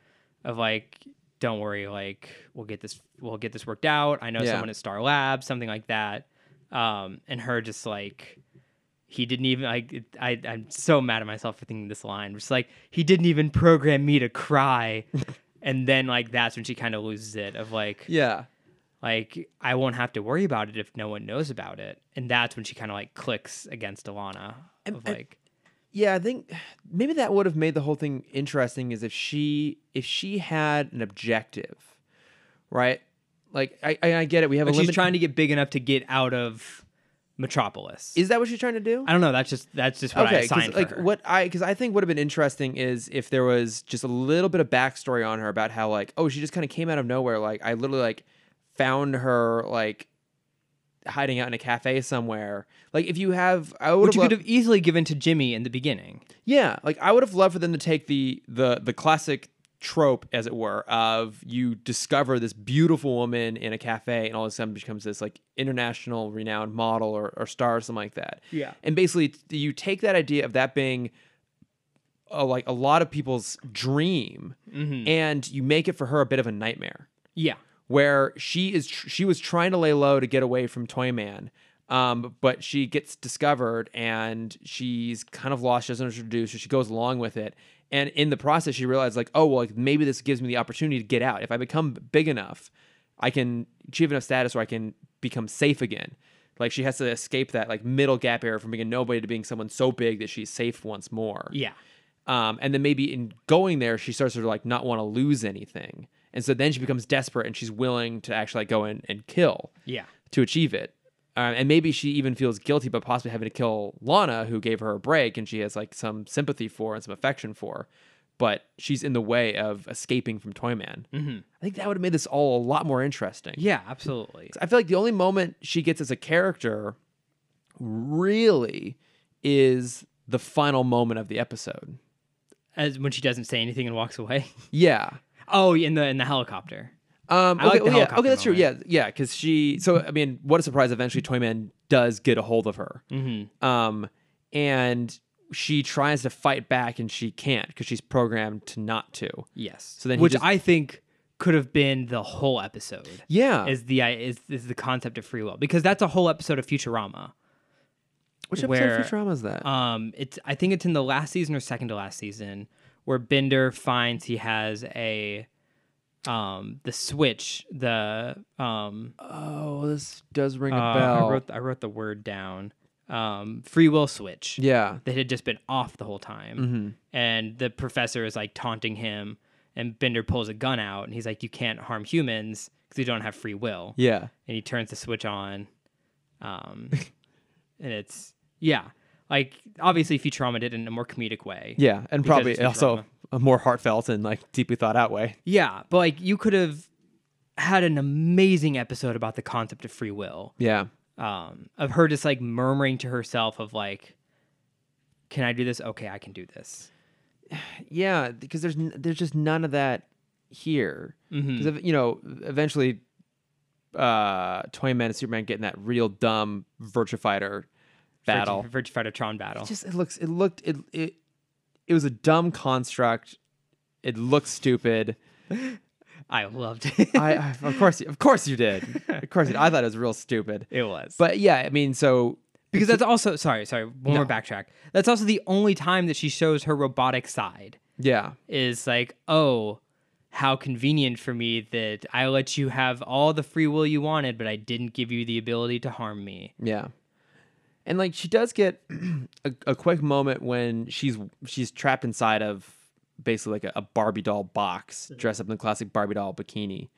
B: of like don't worry like we'll get this we'll get this worked out I know
A: Yeah.
B: someone at Star Labs something like that um and her just like he didn't even like it- I I'm so mad at myself for thinking this line just like he didn't even program me to cry and then like that's when she kind of loses it of like
A: Yeah.
B: like I won't have to worry about it if no one knows about it. And that's when she kind of like clicks against Alana
A: And-
B: of
A: and-
B: like,
A: Yeah, I think maybe that would have made the whole thing interesting is if she if she had an objective, right? Like I I, I get it. We have
B: like
A: a
B: she's
A: limit.
B: trying to get big enough to get out of Metropolis.
A: is that what she's trying to do?
B: I don't know. That's just that's just what I
A: okay,
B: assigned
A: because
B: for
A: like
B: her.
A: what I because I think would have been interesting is if there was just a little bit of backstory on her about how like oh she just kind of came out of nowhere like I literally like found her like hiding out in a cafe somewhere like if you have I would
B: which
A: have
B: you
A: loved-
B: could have easily given to Jimmy in the beginning.
A: Yeah, like I would have loved for them to take the the the classic trope, as it were, of you discover this beautiful woman in a cafe, and all of a sudden becomes this like international renowned model or, or star or something like that.
B: Yeah.
A: and basically t- you take that idea of that being. A, like a lot of people's dream, and you make it for her a bit of a nightmare
B: Yeah,
A: where she is tr- she was trying to lay low to get away from Toyman, um, but she gets discovered and she's kind of lost. She doesn't know what to do, so she goes along with it. And in the process, she realized like, oh well, like, maybe this gives me the opportunity to get out. If I become big enough, I can achieve enough status where I can become safe again. Like she has to escape that like middle gap era from being a nobody to being someone so big that she's safe once more.
B: yeah,
A: Um, and then maybe in going there, she starts to like not want to lose anything. And so then she becomes desperate and she's willing to actually like, go in and kill
B: yeah,
A: to achieve it. Um, and maybe she even feels guilty about possibly having to kill Lana, who gave her a break and she has like some sympathy for and some affection for. but she's in the way of escaping from Toyman. Mm-hmm. I think that would have made this all a lot more interesting.
B: Yeah, absolutely.
A: I feel like the only moment she gets as a character really is the final moment of the episode.
B: As when she doesn't say anything and walks away.
A: Yeah.
B: Oh, in the in the helicopter.
A: Um, okay,
B: I like
A: well,
B: the
A: yeah,
B: helicopter
A: okay, that's true. Yeah, yeah, because she. So I mean, what a surprise! Eventually, Toyman does get a hold of her, mm-hmm. um, and she tries to fight back, and she can't because she's programmed to not to.
B: Yes.
A: So then he
B: which
A: just-
B: I think could have been the whole episode.
A: Yeah.
B: Is the is is the concept of free will because that's a whole episode of Futurama.
A: Which episode
B: where-
A: of Futurama is that?
B: Um, it's I think it's in the last season or second to last season where Bender finds he has a um the switch the um
A: oh, this does ring a
B: uh,
A: bell.
B: I wrote I wrote the word down um free will switch
A: yeah. Mm-hmm.
B: that had just been off the whole time. And the professor is like taunting him, and Bender pulls a gun out, and he's like, "You can't harm humans because you don't have free will."
A: Yeah.
B: And he turns the switch on, um, and it's yeah, like obviously Futurama did it in a more comedic way.
A: Yeah. And
B: Because
A: probably
B: it's
A: also
B: Futurama.
A: a more heartfelt and like deeply thought out way.
B: yeah, but like you could have had an amazing episode about the concept of free will.
A: Yeah.
B: um, of her just like murmuring to herself of like, "Can I do this? Okay, I can do this."
A: Yeah, because there's n- there's just none of that here. Because you know, eventually, uh, Toyman and Superman get in that real dumb Virtua Fighter battle.
B: Virtue, Virtue Fighter Tron battle.
A: It just it looks it looked it it it was a dumb construct. It looked stupid.
B: I loved it.
A: I, I of course of course you did. Of course you did. I thought it was real stupid.
B: it was.
A: But yeah, I mean, so
B: because that's also sorry, sorry, one more backtrack. That's also the only time that she shows her robotic side
A: yeah,
B: is like, "Oh, how convenient for me that I let you have all the free will you wanted, but I didn't give you the ability to harm me."
A: Yeah. And like she does get a, a quick moment when she's she's trapped inside of basically like a, a Barbie doll box, dressed up in the classic Barbie doll bikini.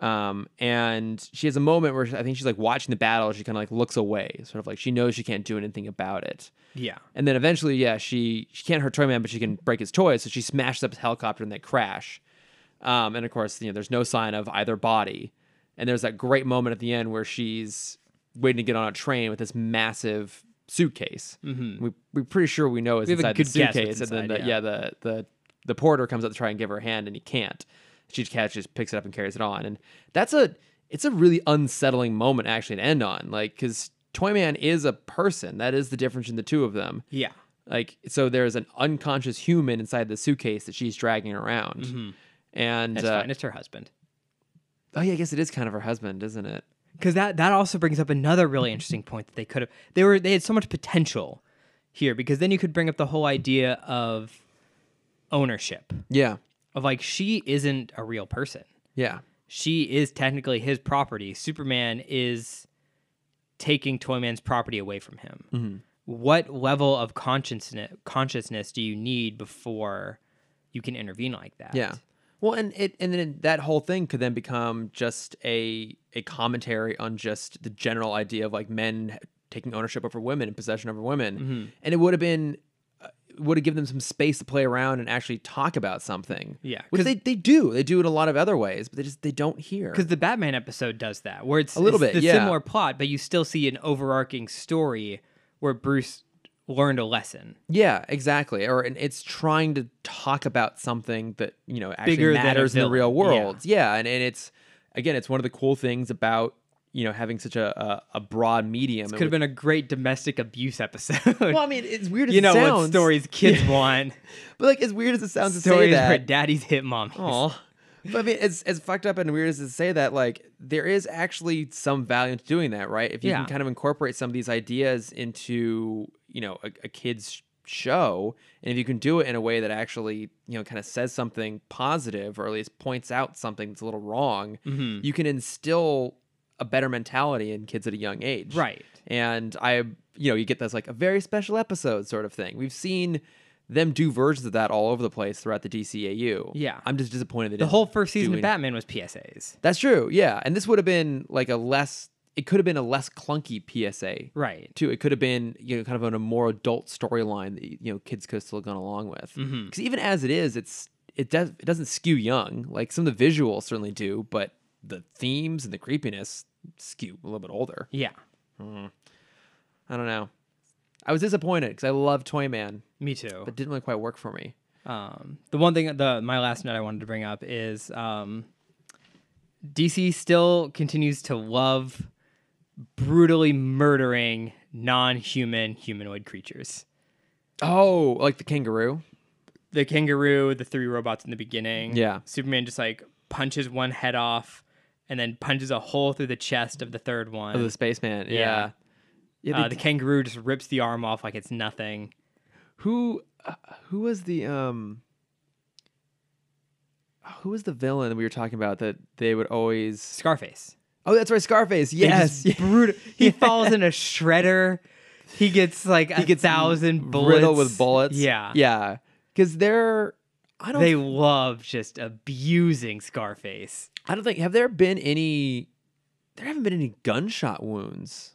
A: Um, and she has a moment where she- I think she's like watching the battle. She kind of like looks away, sort of like she knows she can't do anything about it.
B: Yeah.
A: And then eventually, yeah, she she can't hurt Toyman, but she can break his toys. So she smashes up his helicopter and they crash. Um, and of course, you know, there's no sign of either body. And there's that great moment at the end where she's waiting to get on a train with this massive suitcase. Mm-hmm. We we're pretty sure we know is
B: have a
A: inside the
B: good guess what's
A: suitcase. and then
B: inside,
A: the,
B: yeah.
A: yeah. the the the porter comes up to try and give her a hand, and he can't. She just catches, picks it up, and carries it on. And that's a it's a really unsettling moment actually to end on, like because Toyman is a person. That is the difference in the two of them.
B: Yeah.
A: Like so, there's an unconscious human inside the suitcase that she's dragging around, and
B: Mm-hmm. That's
A: uh,
B: fine. It's her husband.
A: oh yeah, I guess it is kind of her husband, isn't it?
B: because that that also brings up another really interesting point that they could have they were they had so much potential here because then you could bring up the whole idea of ownership
A: Yeah,
B: of like she isn't a real person
A: yeah,
B: she is technically his property superman is taking toyman's property away from him
A: Mm-hmm.
B: what level of consciousness consciousness do you need before you can intervene like that
A: yeah. Well, and it and then that whole thing could then become just a a commentary on just the general idea of like men taking ownership over women and possession over women,
B: Mm-hmm.
A: and it would have been uh, would have given them some space to play around and actually talk about something.
B: Yeah,
A: which
B: 'cause-
A: they, they do. They do it a lot of other ways, but they just they don't hear.
B: because the Batman episode does that, where it's a
A: little bit,
B: the
A: yeah.
B: similar plot, but you still see an overarching story where Bruce learned a lesson
A: Yeah, exactly. Or and it's trying to talk about something that you know actually
B: Bigger than a
A: matters in the
B: villain,
A: real
B: yeah.
A: world. Yeah, and, and it's again, it's one of the cool things about you know having such a a, a broad medium.
B: could have been a great domestic abuse episode.
A: Well, I mean, it's weird as
B: you know
A: it sounds,
B: what stories kids want?
A: but like as weird as it sounds to say
B: stories where
A: that.
B: daddies hit mom.
A: Aw. But I mean, as as fucked up and weird as it say that, like there is actually some value to doing that, right? If you
B: Yeah.
A: can kind of incorporate some of these ideas into you know a, a kid's show, and if you can do it in a way that actually you know kind of says something positive or at least points out something that's a little wrong, you can instill a better mentality in kids at a young age,
B: Right.
A: and I, you know, you get this like a very special episode sort of thing. We've seen them do versions of that all over the place throughout the DCAU.
B: Yeah.
A: I'm just disappointed that
B: The whole first season
A: doing-
B: of Batman was PSAs.
A: That's true. Yeah, and this would have been like a less it could have been a less clunky PSA
B: right.
A: too. It could have been you know kind of on a more adult storyline that you know kids could have still gone along with. Because even as it is, it's it does it doesn't skew young. Like some of the visuals certainly do, but the themes and the creepiness skew a little bit older.
B: Yeah.
A: I don't know. I was disappointed because I love Toy Man,
B: Me too.
A: but it didn't really quite work for me.
B: Um, the one thing, the my last note I wanted to bring up is um, DC still continues to love brutally murdering non-human humanoid creatures.
A: Oh, like the kangaroo.
B: The kangaroo, the three robots in the beginning.
A: Yeah.
B: Superman just like punches one head off, and then punches a hole through the chest of Oh, the third one.
A: of Oh, the spaceman. Yeah.
B: Yeah.
A: Yeah,
B: uh,
A: they-
B: the kangaroo just rips the arm off like it's nothing.
A: who uh, who was the um who was the villain that we were talking about that they would always
B: Scarface.
A: Oh, that's right, Scarface.
B: They
A: Yes.
B: just brutal. He falls in a shredder. He gets like a
A: He gets
B: thousand bullets.
A: Riddled with bullets.
B: Yeah.
A: Yeah. Cuz they're I don't
B: They love just abusing Scarface.
A: I don't think have there been any there haven't been any gunshot wounds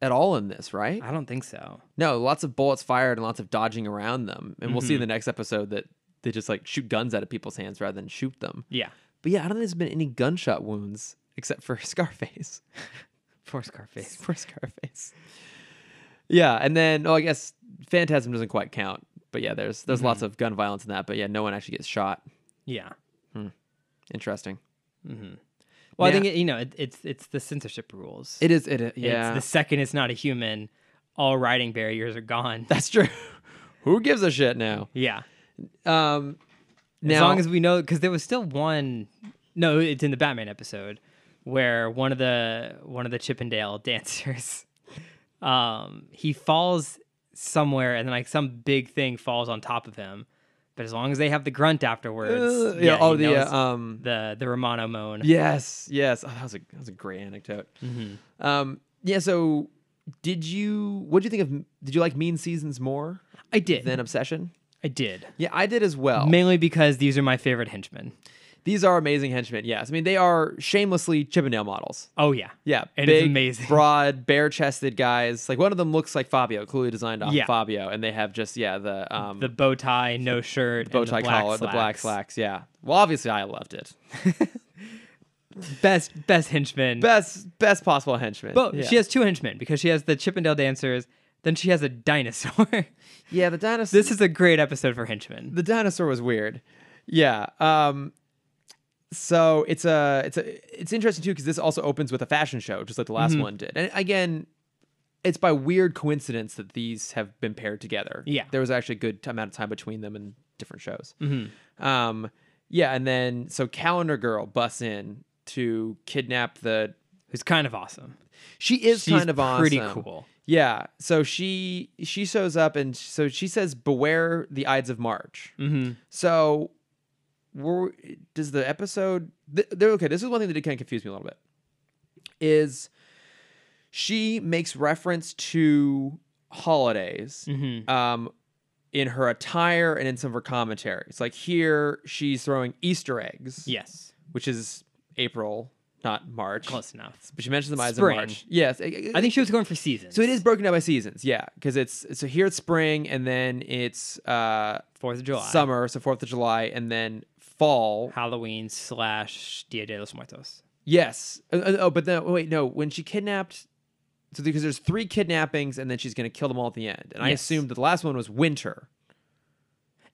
A: at all in this, right?
B: I don't think so.
A: No, lots of bullets fired and lots of dodging around them. And we'll see in
B: Mm-hmm.
A: the next episode that they just like shoot guns out of people's hands rather than shoot them.
B: Yeah.
A: But yeah, I don't think there's been any gunshot wounds except for Scarface.
B: Poor Scarface.
A: Poor Scarface. Yeah, and then oh, I guess Phantasm doesn't quite count. But yeah, there's there's
B: Mm-hmm.
A: lots of gun violence in that. But yeah, no one actually gets shot.
B: Yeah.
A: Interesting.
B: Well,
A: Yeah.
B: I think it, you know it, it's it's the censorship rules.
A: It is. It is. Yeah,
B: It's the second it's not a human, all writing barriers are gone.
A: that's true. Who gives a shit now?
B: yeah.
A: Um, now,
B: as long as we know because there was still one no it's in the batman episode where one of the one of the chippendale dancers um he falls somewhere and then like some big thing falls on top of him but as long as they have the grunt afterwards
A: Uh, yeah, oh, the,
B: he
A: uh,
B: knows
A: um,
B: the the romano moan
A: yes, yes. Oh, that was a that was a great anecdote.
B: Mm-hmm.
A: Um, yeah. So, did you? What do you think of? Did you like Mean Seasons more
B: i did
A: than Obsession?
B: i did
A: Yeah, I did as well.
B: mainly because these are my favorite henchmen
A: These are amazing henchmen. Yes, I mean they are shamelessly Chippendale models.
B: oh yeah
A: Yeah,
B: And it's
A: big,
B: amazing.
A: broad, bare-chested guys. Like one of them looks like Fabio, clearly designed off
B: Yeah.
A: Fabio, and they have just yeah the um
B: the bow tie no shirt
A: bow
B: and
A: tie
B: the black
A: collar, the black
B: slacks.
A: slacks. Yeah. Well, obviously I loved it.
B: best best henchman
A: Best best possible henchman.
B: But
A: yeah.
B: she has two henchmen because she has the Chippendale dancers, then she has a dinosaur.
A: yeah the dinosaur.
B: this is a great episode for henchmen.
A: the dinosaur was weird. Yeah. Um so it's a it's a it's interesting too because this also opens with a fashion show just like the
B: Mm-hmm.
A: last one did. And again, it's by weird coincidence that these have been paired together.
B: Yeah.
A: There was actually a good t- amount of time between them and different shows.
B: Mm-hmm.
A: Um yeah, and then so Calendar Girl busts in to kidnap the
B: Who's kind of awesome.
A: she is
B: She's
A: kind of awesome.
B: pretty cool.
A: Yeah. So she she shows up and so she says, "Beware the Ides of March." Mm-hmm. So, we're, does the episode? Th- they're okay. This is one thing that did kind of confuse me a little bit. Is she makes reference to holidays
B: Mm-hmm.
A: um, in her attire and in some of her commentaries? Like here, she's throwing Easter eggs,
B: Yes,
A: which is April, not March.
B: close enough.
A: But she mentions the Ides
B: Spring.
A: of March. Yes, e,
B: I think she was going for seasons.
A: so it is broken down by seasons, yeah, because it's so here it's spring and then it's uh,
B: Fourth of July,
A: summer, so Fourth of July, and then fall.
B: Halloween slash Dia de los Muertos.
A: Yes. Uh, uh, Oh, but then wait, no. When she kidnapped, so because there's three kidnappings and then she's gonna kill them all at the end, and I
B: Yes.
A: assumed that the last one was winter.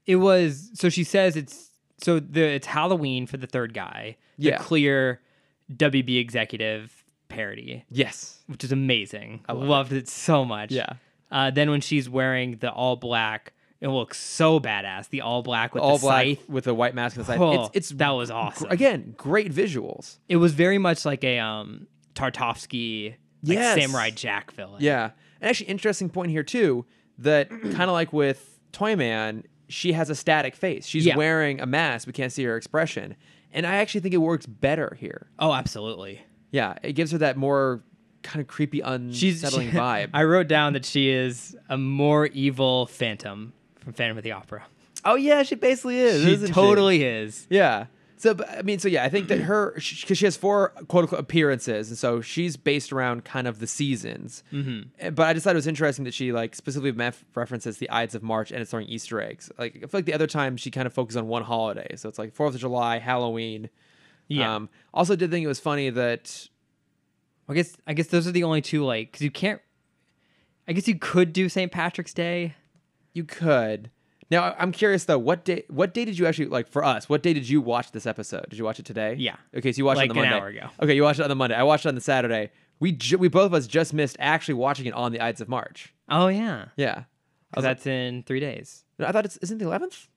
B: It was so she says it's so the it's Halloween for the third guy. The
A: Yeah.
B: clear WB executive parody,
A: Yes.
B: which is amazing. I
A: love it.
B: loved it. so much.
A: Yeah.
B: Uh, then when she's wearing the all black, it looks so badass. The all black with
A: All
B: the
A: black
B: scythe.
A: with a white mask and the scythe.
B: Oh,
A: it's it's
B: that was awesome.
A: again great visuals.
B: it was very much like a um Tartovsky, like
A: Yes.
B: Samurai Jack villain.
A: Yeah. And actually, interesting point here, too, that kind of like with Toyman, she has a static face. She's
B: Yeah.
A: wearing a mask. We can't see her expression. And I actually think it works better here.
B: Oh, absolutely.
A: Yeah. It gives her that more kind of creepy,
B: She's
A: unsettling
B: she-
A: vibe.
B: I wrote down that she is a more evil Phantom from Phantom of the Opera.
A: oh, yeah. She basically is.
B: She
A: isn't
B: totally is.
A: Yeah. So but, I mean, so yeah, I think that her because she, has four quote unquote appearances, and so she's based around kind of the seasons. Mm-hmm. But I just thought it was interesting that she like specifically mef- references the Ides of March and it's throwing Easter eggs. Like I feel like the other time she kind of focused on one holiday, so it's like Fourth of July, Halloween.
B: Yeah.
A: Um, also, did think it was funny that
B: I guess I guess those are the only two like because you can't. I guess you could do St. Patrick's Day.
A: you could. Now I- I'm curious though, what day? What day did you actually like for us? What day did you watch this episode? Did you watch it today?
B: Yeah.
A: Okay, so you watched it
B: Like
A: on the
B: an
A: Monday.
B: hour ago.
A: Okay, you watched it on the Monday. I watched it on the Saturday. We ju- we both of us just missed actually watching it on the Ides of March.
B: Oh yeah,
A: Yeah. I
B: 'Cause
A: was like,
B: that's in three days.
A: I thought it's isn't it the 11th.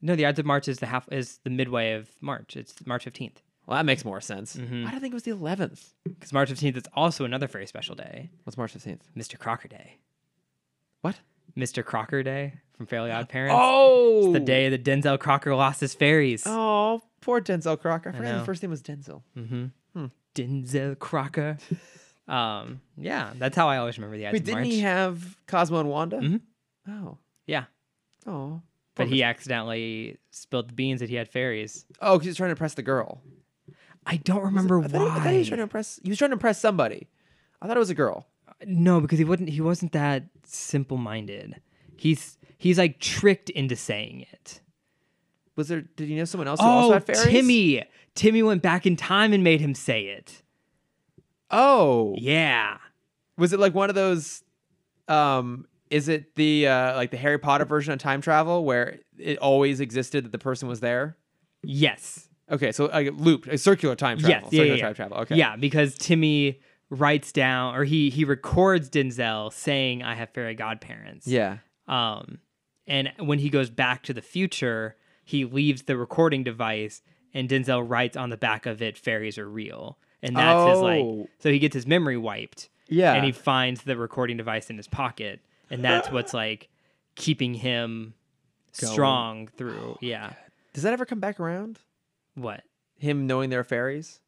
B: No, the Ides of March is the half is the midway of March. It's March fifteenth
A: Well, that makes more sense.
B: Mm-hmm.
A: Why did I think it was the 11th?
B: because March fifteenth is also another very special day,
A: What's March 15th?
B: Mr. Crocker Day.
A: What?
B: Mr. Crocker Day from Fairly Odd Parents.
A: Oh,
B: It's the day that Denzel Crocker lost his fairies.
A: Oh, poor Denzel Crocker. I forgot
B: know. Hmm.
A: his first name was Denzel.
B: Denzel Crocker. um, yeah, that's how I always remember the Ides
A: Wait,
B: of March. Mm-hmm.
A: didn't he have Cosmo and Wanda? Oh,
B: yeah,
A: oh,
B: but he accidentally spilled the beans that he had fairies.
A: oh, 'cause he was trying to impress the girl.
B: I don't remember
A: I thought, he, I thought
B: why.
A: he was trying to impress. He was trying to impress somebody. I thought it was a girl.
B: No, because he wouldn't. He wasn't that simple-minded. He's he's like tricked into saying it.
A: Was there? Did you know someone else who also
B: Oh,
A: had fairies?
B: Timmy! Timmy went back in time and made him say it.
A: Oh,
B: Yeah.
A: was it like one of those? Um, is it the uh, like the Harry Potter version of time travel where it always existed that the person was there?
B: Yes.
A: Okay, so like looped, a circular time travel.
B: Yes. Yeah, yeah,
A: circular
B: yeah.
A: time travel. Okay.
B: Yeah, because Timmy writes down or he he records Denzel saying, "I have fairy godparents."
A: Yeah.
B: Um, and when he goes back to the future, he leaves the recording device, and Denzel writes on the back of it, "Fairies are real," and that's his
A: Oh.
B: like. So he gets his memory wiped.
A: Yeah.
B: and he finds the recording device in his pocket, and that's what's like keeping him
A: Going. Oh,
B: strong through. yeah,
A: Does that ever come back around?
B: what?
A: Him knowing there are fairies.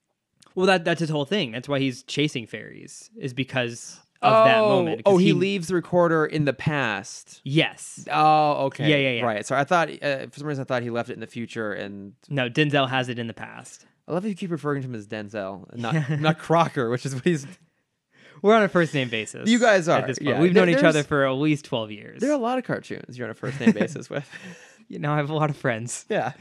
B: Well, that that's his whole thing. That's why he's chasing fairies is because of that moment. 'cause
A: Oh, he, leaves the recorder in the past.
B: Yes.
A: Oh, okay.
B: Yeah, yeah, yeah.
A: Right. So I thought, uh, for some reason, I thought he left it in the future and
B: No, Denzel has it in the past.
A: I love that you keep referring to him as Denzel, and not not Crocker, which is what he's.
B: We're on a first name basis.
A: You guys are,
B: At this point.
A: yeah.
B: We've
A: There-
B: known each other
A: there's-
B: for at least 12 years.
A: There are a lot of cartoons you're on a first name basis with.
B: You know, I have a lot of friends.
A: Yeah.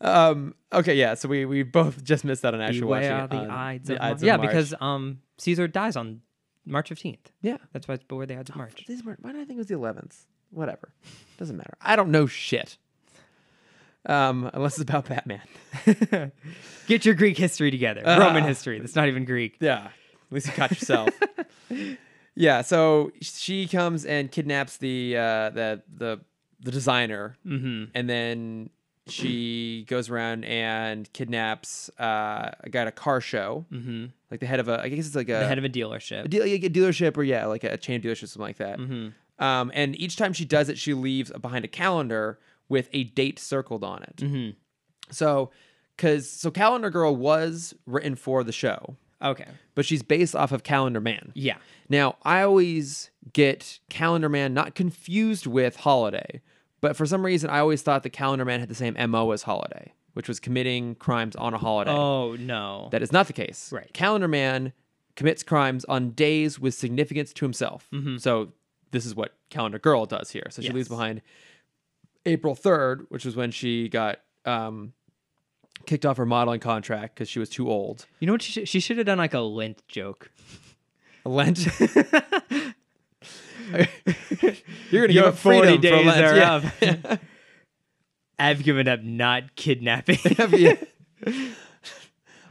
A: Um. Okay. Yeah. So we we both just missed out on actually
B: Beware
A: watching
B: the
A: it on
B: Ides
A: the
B: of March.
A: Ides
B: Yeah,
A: March.
B: because um, Caesar dies on March 15th.
A: yeah.
B: That's why it's Beware the Ides of March.
A: These weren't, why did I think it was the 11th? Whatever. Doesn't matter. I don't know shit. Um, unless it's about Batman.
B: Get your Greek history together.
A: Uh,
B: Roman history. That's not even Greek.
A: Yeah. At least you caught yourself. yeah. So she comes and kidnaps the uh, the the the designer, mm-hmm. and then she goes around and kidnaps uh, a guy at a car show, mm-hmm. like the head of a. I guess it's like a
B: The head of a dealership.
A: a, deal, like a dealership or yeah, like a chain dealership, something like that. Um, and each time she does it, she leaves behind a calendar with a date circled on it. So, because so Calendar Girl was written for the show,
B: okay.
A: but she's based off of Calendar Man.
B: Yeah.
A: Now, I always get Calendar Man not confused with Holiday, but for some reason, I always thought that Calendar Man had the same MO as Holiday, which was committing crimes on a holiday.
B: Oh, no.
A: That is not the case.
B: Right.
A: Calendar Man commits crimes on days with significance to himself. So this is what Calendar Girl does here. So she leaves
B: Mm-hmm. Yes.
A: behind April 3rd, which was when she got um, kicked off her modeling contract because she was too old.
B: you know what? She, should- she should have done like a lint joke.
A: Lent. You're gonna
B: Your
A: give up freedom
B: 40
A: for
B: days
A: Lent.
B: are
A: yeah.
B: up. I've given up not kidnapping.
A: Have you-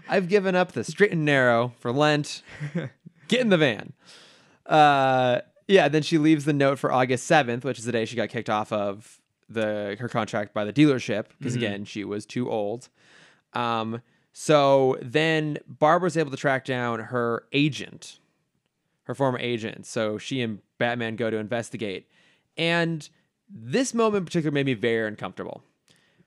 A: I've given up the straight and narrow for Lent. Get in the van. Uh, yeah, then she leaves the note for August 7th, which is the day she got kicked off of the her contract by the dealership because again, she was too old. Um, so then Barbara's able to track down her agent, her former agent. So she and Batman go to investigate. And this moment in particular made me very uncomfortable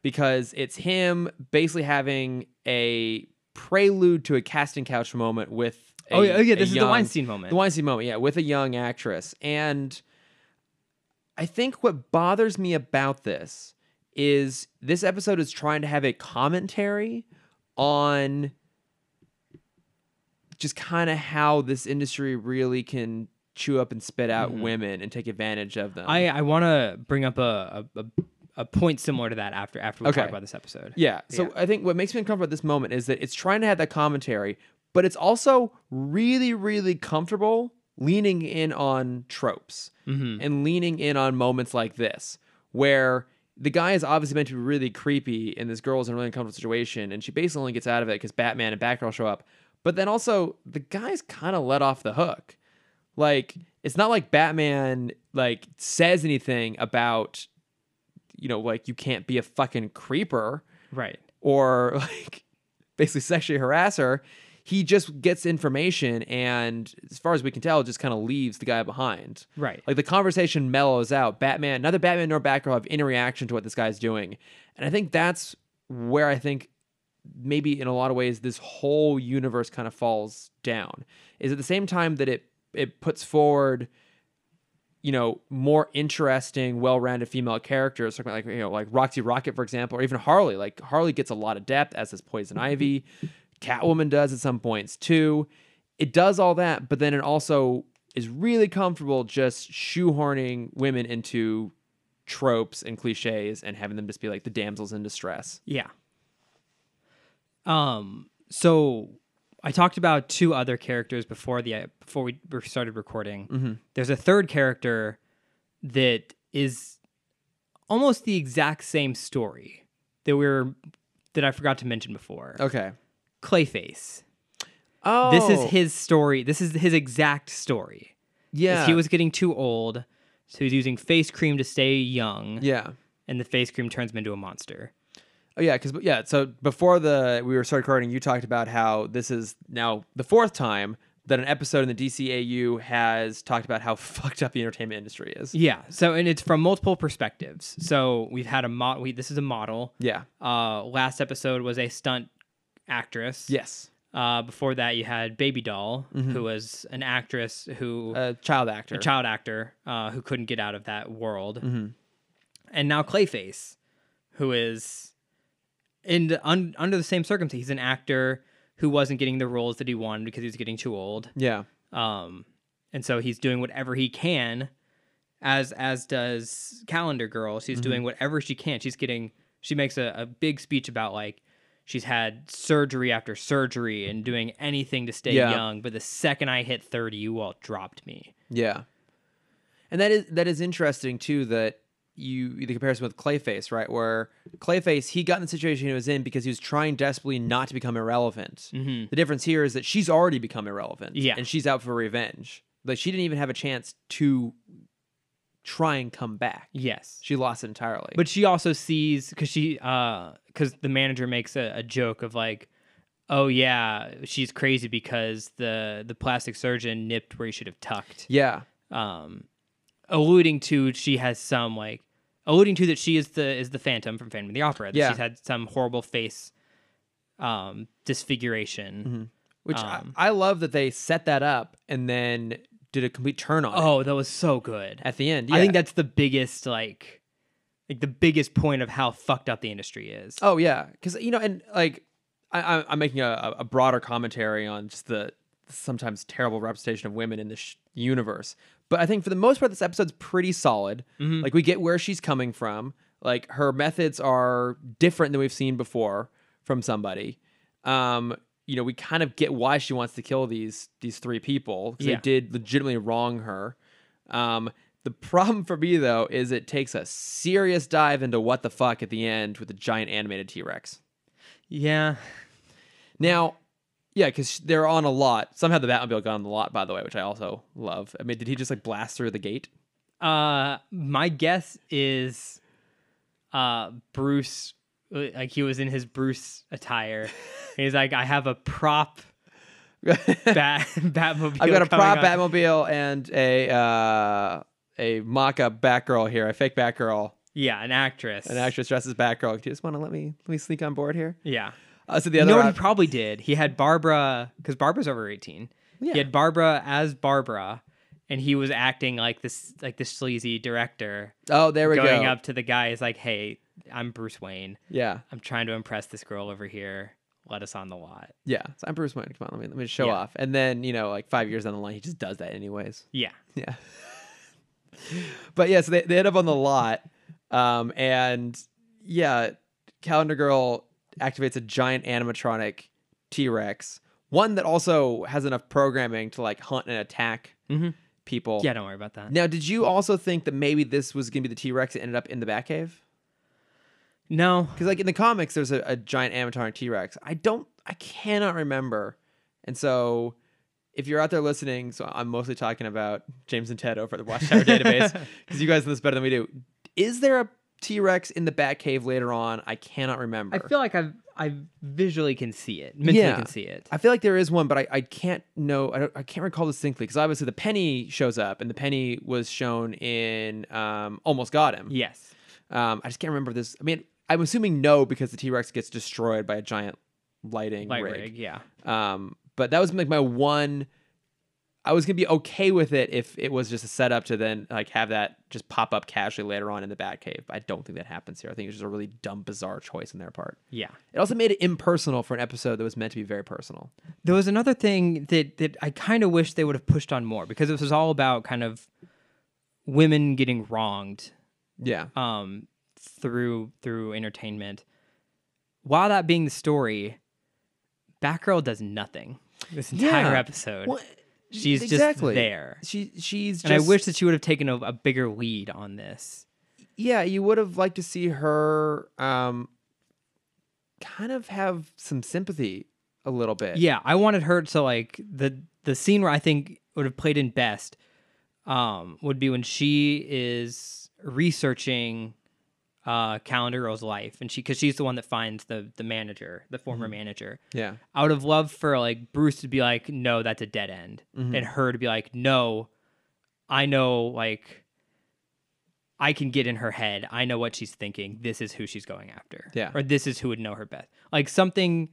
A: because it's him basically having a prelude to a casting couch moment with. a-
B: Oh, yeah, oh, yeah,
A: a
B: this is the
A: young-
B: Weinstein moment.
A: The Weinstein moment, yeah, with a young actress. And I think what bothers me about this is this episode is trying to have a commentary on just kind of how this industry really can chew up and spit out women and take advantage of them.
B: Mm-hmm. I, I want to bring up a, a, a, a point similar to that after after we
A: Okay.
B: talk about this episode.
A: Yeah. So
B: Yeah.
A: I think what makes me uncomfortable at this moment is that it's trying to have that commentary, but it's also really, really comfortable leaning in on tropes
B: Mm-hmm.
A: and leaning in on moments like this, where the guy is obviously meant to be really creepy and this girl is in a really uncomfortable situation and she basically only gets out of it because Batman and Batgirl show up. But then also, the guy's kind of let off the hook like it's not like batman like says anything about you know like you can't be a fucking creeper
B: Right.
A: or like basically sexually harass her he just gets information and as far as we can tell just kind of leaves the guy behind
B: Right.
A: like the conversation mellows out batman neither batman nor batgirl have any reaction to what this guy's doing and i think that's where i think maybe in a lot of ways this whole universe kind of falls down is at the same time that it it puts forward you know more interesting well-rounded female characters talking about like you know like roxy rocket for example or even harley like harley gets a lot of depth as does poison ivy catwoman does at some points too it does all that but then it also is really comfortable just shoehorning women into tropes and cliches and having them just be like the damsels in distress
B: Yeah. Um. So I talked about two other characters before the before we re- started recording.
A: Mm-hmm.
B: There's a third character that is almost the exact same story that we were that I forgot to mention before.
A: okay
B: Clayface.
A: oh
B: This is his story. This is his exact story. is
A: yeah
B: He was getting too old, so he's using face cream to stay young,
A: yeah
B: and the face cream turns him into a monster.
A: Oh yeah, because yeah. So before the we were started recording, you talked about how this is now the fourth time that an episode in the DCAU has talked about how fucked up the entertainment industry is.
B: Yeah. So, and it's from multiple perspectives. So we've had a mod. We, this is a model.
A: Yeah.
B: Uh, last episode was a stunt actress.
A: Yes.
B: Uh, before that, you had Baby Doll, who was an actress who
A: A child actor.
B: a child actor uh, who couldn't get out of that world, and now Clayface, who is in the, un, under the same circumstance. He's an actor who wasn't getting the roles that he wanted because he was getting too old,
A: yeah.
B: um, and so he's doing whatever he can. As as does Calendar Girl, she's doing whatever she can. She's getting she makes a, a big speech about like she's had surgery after surgery and doing anything to stay
A: Yeah.
B: young. But the second I hit thirty, you all dropped me.
A: Yeah. And that is that is interesting too that you the comparison with Clayface, right? Where Clayface, he got in the situation he was in because he was trying desperately not to become irrelevant. The difference here is that she's already become irrelevant.
B: Mm-hmm. Yeah.
A: And she's out for revenge. Like she didn't even have a chance to try and come back.
B: Yes.
A: She lost it entirely.
B: But she also sees because she because the manager makes a, a joke of like, oh yeah, she's crazy because the the plastic surgeon nipped where he should have tucked,
A: yeah.
B: um, alluding to she has some like alluding to that she is the is the Phantom from Phantom of the Opera. That
A: Yeah.
B: she's had some horrible face um, disfiguration.
A: Mm-hmm. Which
B: Um.
A: I, I love that they set that up and then did a complete turn on it
B: Oh, that was so good.
A: at the end.
B: I
A: Uh,
B: think
A: yeah.
B: that's the biggest like like the biggest point of how fucked up the industry is.
A: Oh yeah, because you know, and like I, I, I'm making a, a- a broader commentary on just the sometimes terrible representation of women in this sh- universe. But I think for the most part, this episode's pretty solid. Like we get where she's coming from. Like her methods are different than we've seen before from somebody. Um, you know, we kind of get why she wants to kill these these three people 'cause
B: Yeah.
A: they did legitimately wrong her. Um, the problem for me though is it takes a serious dive into what the fuck at the end with the giant animated T Rex.
B: Yeah.
A: Now, yeah, because they're on a lot. Somehow the Batmobile got on the lot, by the way, which I also love. I mean, did he just like blast through the gate?
B: Uh, my guess is, uh, Bruce, uh, like he was in his Bruce attire. He's like, I have a prop bat Batmobile.
A: I've got a
B: coming
A: prop
B: on."
A: Batmobile and a uh, a mock up Batgirl here, a fake Batgirl,
B: Yeah, an actress.
A: an actress dressed as Batgirl. Do you just want to let me let me sneak on board here?
B: Yeah.
A: Uh, so the
B: You
A: other
B: know what he
A: op-
B: probably did? He had Barbara, because Barbara's over eighteen.
A: Yeah.
B: He had Barbara as Barbara, and he was acting like this, like this sleazy director
A: oh, there we
B: going
A: go.
B: up to the guy. Is like, hey, I'm Bruce Wayne.
A: Yeah.
B: I'm trying to impress this girl over here. Let us on the lot.
A: Yeah. So I'm Bruce Wayne. Come on, let me let me show
B: Yeah.
A: off. And then, you know, like five years down the line, he just does that anyways.
B: Yeah.
A: Yeah. but yes, they, they end up on the lot. Um, and yeah, Calendar Girl activates a giant animatronic T Rex, one that also has enough programming to like hunt and attack
B: Mhm.
A: people.
B: Yeah, don't worry about that.
A: Now, did you also think that maybe this was going to be the T Rex that ended up in the Batcave?
B: No.
A: Because like in the comics, there's a, a giant animatronic T Rex. I don't, I cannot remember. And so, if you're out there listening, so I'm mostly talking about James and Ted over at the Watchtower Database because you guys know this better than we do. Is there a T Rex in the Batcave later on? I cannot remember.
B: I feel like I I visually can see it. Mentally
A: Yeah.
B: can see it.
A: I feel like there is one, but I, I can't know. I, don't, I can't recall distinctly because obviously the penny shows up and the penny was shown in um, Almost Got Him.
B: Yes.
A: Um, I just can't remember this. I mean, I'm assuming no because the T Rex gets destroyed by a giant lighting
B: Light
A: rig.
B: rig. yeah.
A: Um, but that was like my one. I was gonna be okay with it if it was just a setup to then like have that just pop up casually later on in the Batcave. I don't think that happens here. I think it's just a really dumb, bizarre choice on their part.
B: Yeah.
A: It also made it impersonal for an episode that was meant to be very personal.
B: There was another thing that that I kind of wish they would have pushed on more because it was all about kind of women getting wronged
A: Yeah,
B: um, through through entertainment. While that being the story, Batgirl does nothing this entire
A: Yeah.
B: episode.
A: Well,
B: She's
A: exactly.
B: just there,
A: she she's. Just,
B: and I wish that she would have taken a, a bigger lead on this.
A: yeah, you would have liked to see her um kind of have some sympathy a little bit.
B: Yeah, I wanted her to like the the scene where I think would have played in best um, would be when she is researching uh, Calendar Girl's life, and she because she's the one that finds the the manager, the former manager.
A: Yeah.
B: I would have loved for like Bruce to be like, no, that's a dead end, and her to be like, no, I know, like, I can get in her head. I know what she's thinking. This is who she's going after.
A: Yeah.
B: or this is who would know her best. Like something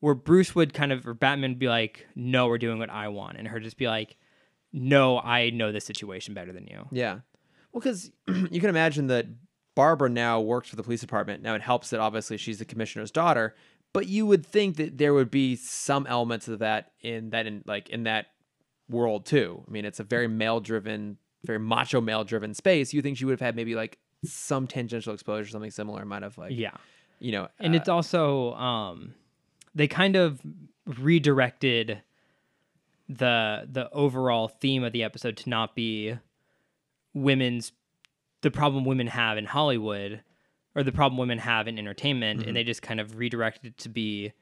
B: where Bruce would kind of or Batman would be like, no, we're doing what I want, and her just be like, no, I know this situation better than you.
A: Yeah. Well, because you can imagine that Barbara now works for the police department. Now it helps that obviously she's the commissioner's daughter, but you would think that there would be some elements of that in that in like in that world too. I mean, it's a very male driven, very macho male driven space. You think she would have had maybe like some tangential exposure, something similar might have like
B: Yeah.
A: you know,
B: and
A: uh,
B: it's also um they kind of redirected the the overall theme of the episode to not be women's the problem women have in Hollywood or the problem women have in entertainment and they just kind of redirected it to be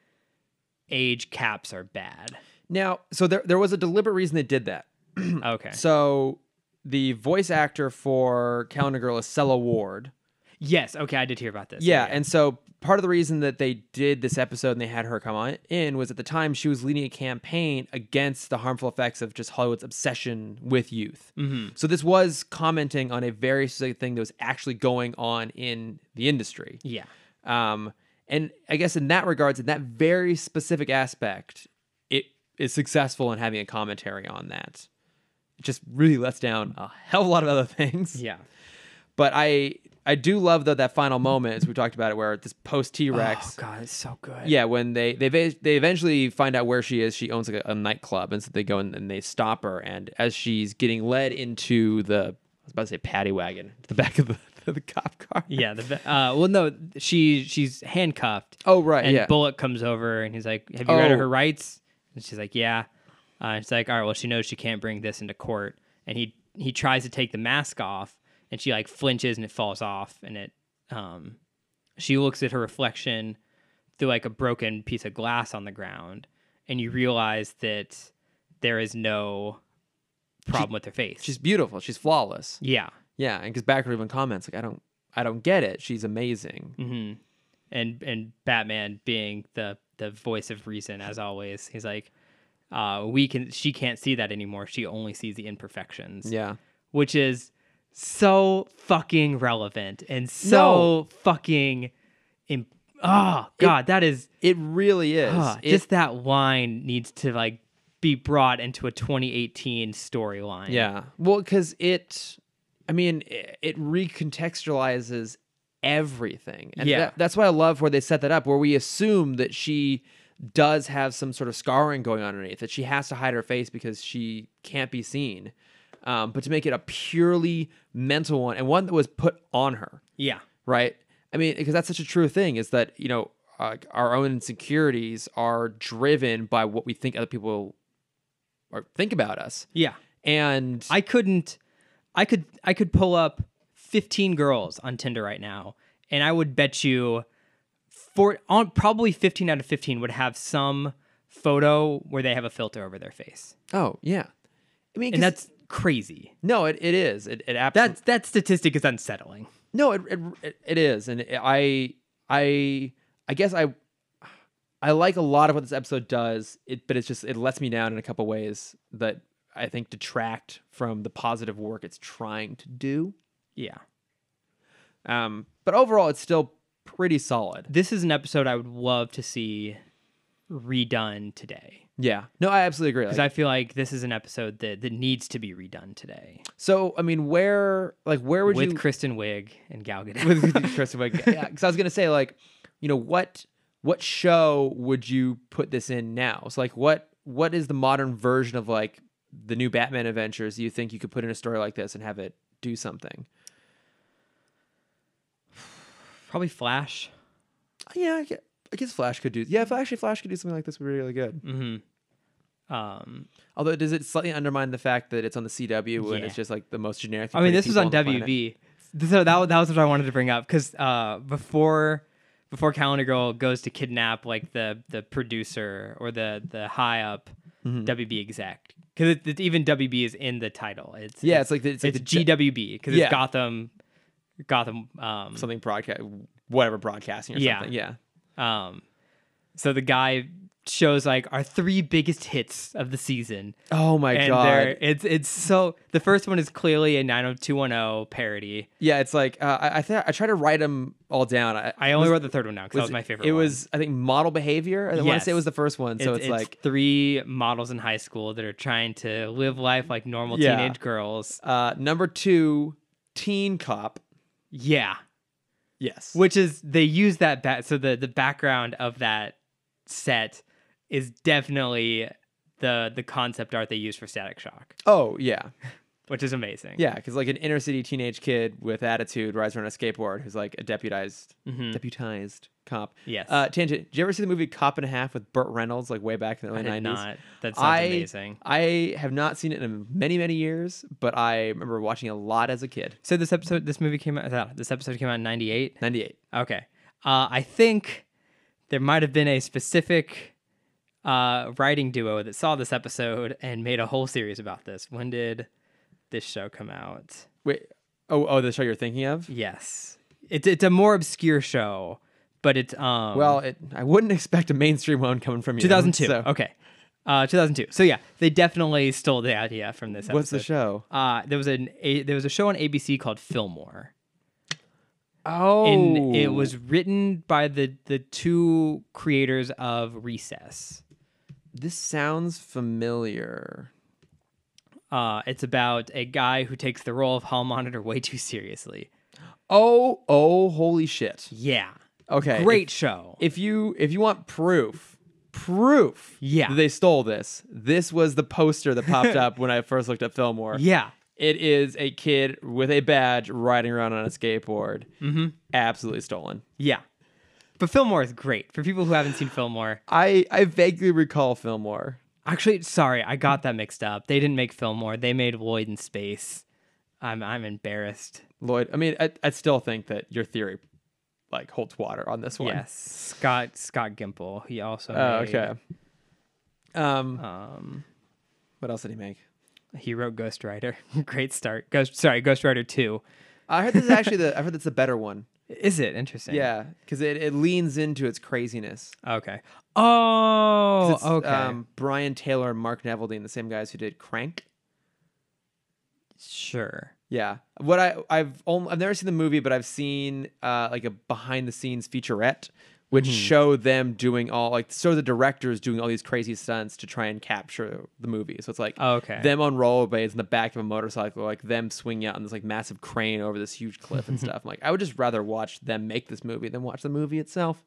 B: age caps are bad.
A: now. So there there was a deliberate reason they did that.
B: Okay.
A: So the voice actor for Calendar Girl is Cella Ward.
B: Yes, okay, I did hear about this.
A: Yeah, and so part of the reason that they did this episode and they had her come on in was at the time she was leading a campaign against the harmful effects of just Hollywood's obsession with youth. Mm-hmm. So this was commenting on a very specific thing that was actually going on in the industry.
B: Yeah.
A: Um, and I guess in that regards, in that very specific aspect, it is successful in having a commentary on that. It just really lets down a hell of a lot of other things.
B: Yeah.
A: But I I do love though that final moment as we talked about it where this post T
B: Oh
A: Rex.
B: god, it's so good.
A: yeah, when they they ve- they eventually find out where she is. She owns like a, a nightclub, and so they go in and they stop her. And as she's getting led into the I was about to say paddy wagon, the back of the, the cop car.
B: Yeah, the uh well no, she she's handcuffed.
A: Oh right,
B: And
A: yeah.
B: Bullock comes over and he's like, "Have you read
A: Oh.
B: her rights?" And she's like, "Yeah." Uh, and she's like, "All right, well, she knows she can't bring this into court." And he he tries to take the mask off, and she like flinches and it falls off, and it um, she looks at her reflection through like a broken piece of glass on the ground, and you realize that there is no problem with her face.
A: she's beautiful. She's flawless.
B: yeah,
A: Yeah, and because Backer even comments like, I don't I don't get it. She's amazing.
B: hmm And and Batman being the the voice of reason as always, he's like, uh, we can she can't see that anymore. She only sees the imperfections,
A: Yeah.
B: which is so fucking relevant and so
A: No.
B: fucking. Imp- oh God, that is
A: It really is.
B: ah,
A: It-
B: just that line needs to like be brought into a 2018 storyline.
A: Yeah. Well, because it, I mean, it, it recontextualizes everything. And
B: Yeah.
A: that- that's why I love where they set that up, where we assume that she does have some sort of scarring going on underneath, that she has to hide her face because she can't be seen. Um, but to make it a purely mental one and one that was put on her
B: Yeah.
A: right? I mean, because that's such a true thing is that, you know, uh, our own insecurities are driven by what we think other people or think about us.
B: Yeah.
A: And
B: I couldn't I could I could pull up 15 girls on Tinder right now and I would bet you for on probably 15 out of 15 would have some photo where they have a filter over their face.
A: oh, yeah. I mean,
B: And
A: 'cause-
B: that's crazy.
A: no, it, it is. It, it absolutely,
B: That that statistic is unsettling.
A: no, it, it, it, it is. And I, I, I guess I, I like a lot of what this episode does, it, but it's just, it lets me down in a couple ways that I think detract from the positive work it's trying to do.
B: Yeah.
A: Um, but overall, it's still pretty solid.
B: This is an episode I would love to see redone today.
A: Yeah. No, I absolutely agree.
B: Because
A: Like,
B: I feel like this is an episode that, that needs to be redone today
A: so, I mean, where, like, where would
B: with
A: you
B: Kristen Wiig and Gal Gadot.
A: with Kristen Wiig? Yeah, because I was gonna say, like, you know, what what show would you put this in now? So, like, what what is the modern version of like the new Batman adventures? You think you could put in a story like this and have it do something?
B: Probably Flash.
A: Yeah, I guess, I guess Flash could do. Yeah, if actually Flash could do something like this, would be really good.
B: Um,
A: Mm-hmm. Although, does it slightly undermine the fact that it's on the CW when
B: Yeah.
A: it's just like the most generic?
B: I mean,
A: pretty
B: this was
A: people the
B: on
A: planet?
B: WB. So that, wa- that was what I wanted to bring up because uh, before before Calendar Girl goes to kidnap like the the producer or the the high up
A: Mm-hmm.
B: WB exec because it, it- even WB is in the title. It's
A: Yeah, it's like the, it's like
B: it's
A: the J-
B: GWB because
A: Yeah.
B: it's Gotham Gotham. Um,
A: something broadcast, whatever broadcasting or
B: Yeah.
A: something. Yeah.
B: um, so the guy shows like our three biggest hits of the season.
A: Oh my
B: and they're
A: god!
B: it's it's so the first one is clearly a 90210 parody.
A: Yeah, it's like uh, I I, th- I try to write them all down. I,
B: I only wrote the third one now because that was
A: it-
B: my favorite.
A: It
B: one.
A: was I think model behavior. I want to say it
B: Yes.
A: was the first one. So it's, like
B: three models in high school that are trying to live life like normal
A: Yeah.
B: teenage girls.
A: uh, number two, teen cop.
B: Yeah,
A: Yes.
B: which is they use that back. So the the background of that set is definitely the the concept art they use for Static Shock,
A: oh yeah,
B: which is amazing.
A: yeah. Because like an inner city teenage kid with attitude rides around a skateboard who's like a deputized deputized cop.
B: Mm-hmm. Yes.
A: Uh, tangent. Did you ever see the movie Cop and a Half with Burt Reynolds like way back in the
B: I
A: early
B: did
A: nineties?
B: not. That sounds
A: I
B: amazing.
A: I have not seen it in many many years, but I remember watching a lot as a kid.
B: So this episode, this movie came out. uh, This episode came out in '98.
A: Ninety eight.
B: Okay. Uh, I think there might have been a specific uh, writing duo that saw this episode and made a whole series about this. When did this show come out?
A: Wait. Oh, oh, the show you're thinking of?
B: Yes. It's it's a more obscure show, but it's um
A: Well, it, I wouldn't expect a mainstream one coming from you.
B: 2002.
A: So,
B: Okay. Uh, 2002. So yeah, they definitely stole the idea from this episode.
A: What's the show?
B: Uh, there was an a, there was a show on ABC called Fillmore.
A: Oh,
B: and it was written by the the two creators of Recess.
A: This sounds familiar.
B: Uh, it's about a guy who takes the role of hall monitor way too seriously.
A: Oh, oh, holy shit!
B: Yeah,
A: Okay,
B: great show.
A: If, if you if you want proof, proof,
B: Yeah.
A: that they stole this. This was the poster that popped up when I first looked up Fillmore.
B: yeah,
A: It is a kid with a badge riding around on a skateboard. Mm-hmm. Absolutely stolen.
B: yeah. But Fillmore is great for people who haven't seen Fillmore.
A: I I vaguely recall Fillmore.
B: Actually, sorry, I got that mixed up. They didn't make Fillmore. They made Lloyd in Space. I'm I'm embarrassed.
A: Lloyd, I mean, I, I still think that your theory like holds water on this one.
B: Yes, Scott Scott Gimple. He also
A: Oh,
B: made,
A: okay. Um,
B: Um,
A: what else did he make?
B: he wrote Ghost Rider. great start. Ghost sorry, Ghost Rider two.
A: I heard this is actually the I heard that's the better one.
B: Is it interesting?
A: Yeah, because it, it leans into its craziness.
B: Okay. Oh.
A: 'Cause it's, um,
B: okay.
A: Brian Taylor and Mark Neveldine, the same guys who did Crank.
B: Sure.
A: Yeah. What I I've only, I've never seen the movie, but I've seen uh, like a behind the scenes featurette which
B: Mm-hmm.
A: show them doing all like show the directors doing all these crazy stunts to try and capture the movie. So it's like
B: Oh, okay.
A: them on rollerblades in the back of a motorcycle, like them swinging out on this like massive crane over this huge cliff and stuff. I'm like, I would just rather watch them make this movie than watch the movie itself.